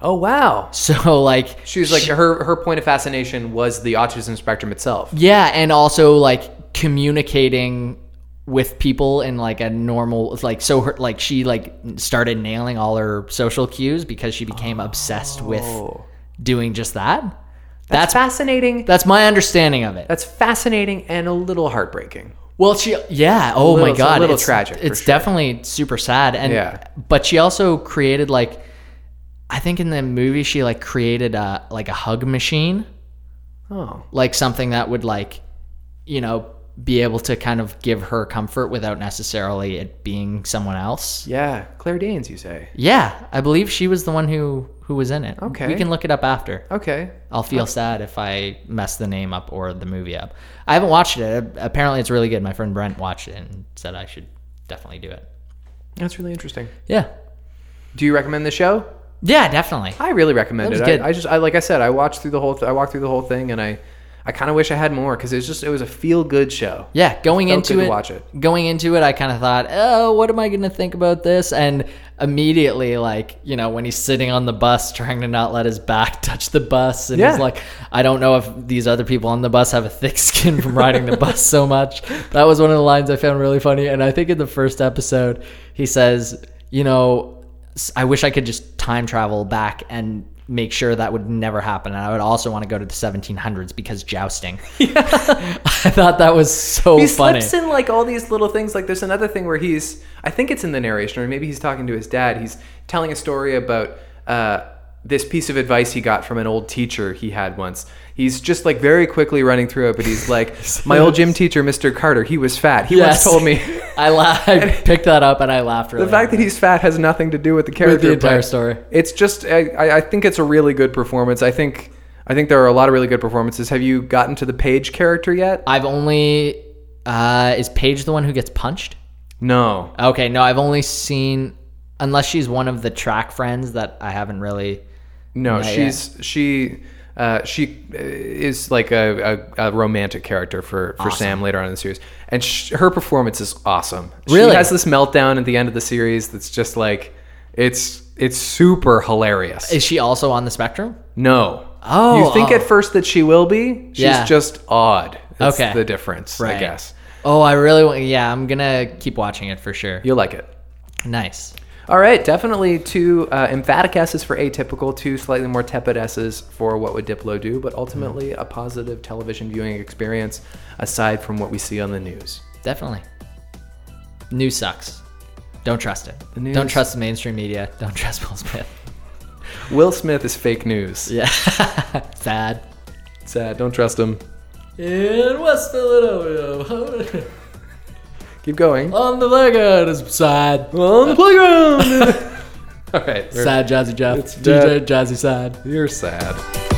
Speaker 1: Oh wow.
Speaker 2: So like
Speaker 1: She was like her her point of fascination was the autism spectrum itself.
Speaker 2: yeah, and also like communicating with people in like a normal like so her like she like started nailing all her social cues because she became obsessed with
Speaker 1: Oh.
Speaker 2: doing just that. That's that's,
Speaker 1: fascinating.
Speaker 2: my understanding of it.
Speaker 1: That's fascinating and a little heartbreaking.
Speaker 2: Well, she yeah. Oh
Speaker 1: little-
Speaker 2: my
Speaker 1: it's a
Speaker 2: god,
Speaker 1: little tragic, for
Speaker 2: It's
Speaker 1: sure.
Speaker 2: definitely super sad, and
Speaker 1: Yeah.
Speaker 2: But she also created like, I think in the movie she like created a like a hug machine,
Speaker 1: Oh.
Speaker 2: like something that would like, you know, be able to kind of give her comfort without necessarily it being someone else.
Speaker 1: Yeah, Claire Danes, you say.
Speaker 2: Yeah, I believe she was the one who who was in it.
Speaker 1: Okay. Oh,
Speaker 2: we can look it up after.
Speaker 1: Okay.
Speaker 2: I'll feel sad if I mess the name up or the movie up. I haven't watched it. Apparently, it's really good. My friend Brent watched it and said I should definitely do it.
Speaker 1: That's really interesting.
Speaker 2: Yeah.
Speaker 1: Do you recommend the show?
Speaker 2: Yeah, definitely.
Speaker 1: I really recommend
Speaker 2: That was
Speaker 1: it.
Speaker 2: good.
Speaker 1: I, I just I like I said, I watched through the whole th- I walked through the whole thing and I I kind of wish I had more cuz it was just it was a feel good show.
Speaker 2: Yeah, going
Speaker 1: Felt
Speaker 2: into
Speaker 1: good
Speaker 2: it,
Speaker 1: to watch it.
Speaker 2: Going into it, I kind of thought, oh, what am I going to think about this? And immediately, like you know, when he's sitting on the bus trying to not let his back [laughs] touch the bus, and
Speaker 1: Yeah.
Speaker 2: he's like, I don't know if these other people on the bus have a thick skin from riding the bus so much. That was one of the lines I found really funny, and I think in the first episode, he says, you know, s- I wish I could just time travel back and. Make sure that would never happen, and I would also want to go to the 1700s
Speaker 1: [laughs]
Speaker 2: because jousting. I thought that was so
Speaker 1: He
Speaker 2: funny.
Speaker 1: slips in like all these little things. Like there's another thing where he's, I think it's in the narration, or maybe he's talking to his dad. He's telling a story about uh, this piece of advice he got from an old teacher he had once. He's just like very quickly running through it, but he's
Speaker 2: [laughs]
Speaker 1: like, my old gym teacher, Mr. Carter, he was fat. He
Speaker 2: Yes.
Speaker 1: once told me
Speaker 2: [laughs] I, la- I picked that up and I laughed really.
Speaker 1: the fact that he's fat has nothing to do with the character.
Speaker 2: the entire
Speaker 1: but
Speaker 2: story.
Speaker 1: It's just, I, I- I think it's a really good performance. I think. I think there are a lot of really good performances. Have you gotten to the Page character yet?
Speaker 2: I've only uh, is Paige the one who gets punched?
Speaker 1: No.
Speaker 2: Okay, no, I've only seen unless she's one of the track friends that I haven't really.
Speaker 1: No,
Speaker 2: yet.
Speaker 1: she's she uh, she uh, is like a, a, a romantic character for, for Sam later on in the series, and sh- her performance is awesome.
Speaker 2: Really?
Speaker 1: she has this meltdown at the end of the series that's just like it's it's super hilarious.
Speaker 2: Is she also on the spectrum?
Speaker 1: no,
Speaker 2: Oh,
Speaker 1: you think
Speaker 2: oh.
Speaker 1: at first that she will be? She's
Speaker 2: Yeah.
Speaker 1: just odd. That's
Speaker 2: Okay.
Speaker 1: the difference, I guess.
Speaker 2: Oh, I really want. Yeah, I'm gonna keep watching it for sure.
Speaker 1: You'll like it.
Speaker 2: Nice.
Speaker 1: All right, definitely two uh, emphatic S's for atypical, two slightly more tepid S's for what would Diplo do, but ultimately a positive television viewing experience aside from what we see on the news.
Speaker 2: Definitely. News sucks. Don't trust it.
Speaker 1: news-
Speaker 2: Don't trust the mainstream media. Don't [laughs] trust Will Smith.
Speaker 1: Will Smith is fake news.
Speaker 2: Yeah. [laughs] Sad.
Speaker 1: Sad. Don't trust him.
Speaker 2: In West Philadelphia. [laughs]
Speaker 1: Keep going.
Speaker 2: On the playground is sad. [laughs]
Speaker 1: On the playground. [laughs] All right, we're-
Speaker 2: Sad Jazzy Jeff.
Speaker 1: It's
Speaker 2: DJ Jazzy Sad.
Speaker 1: you're sad.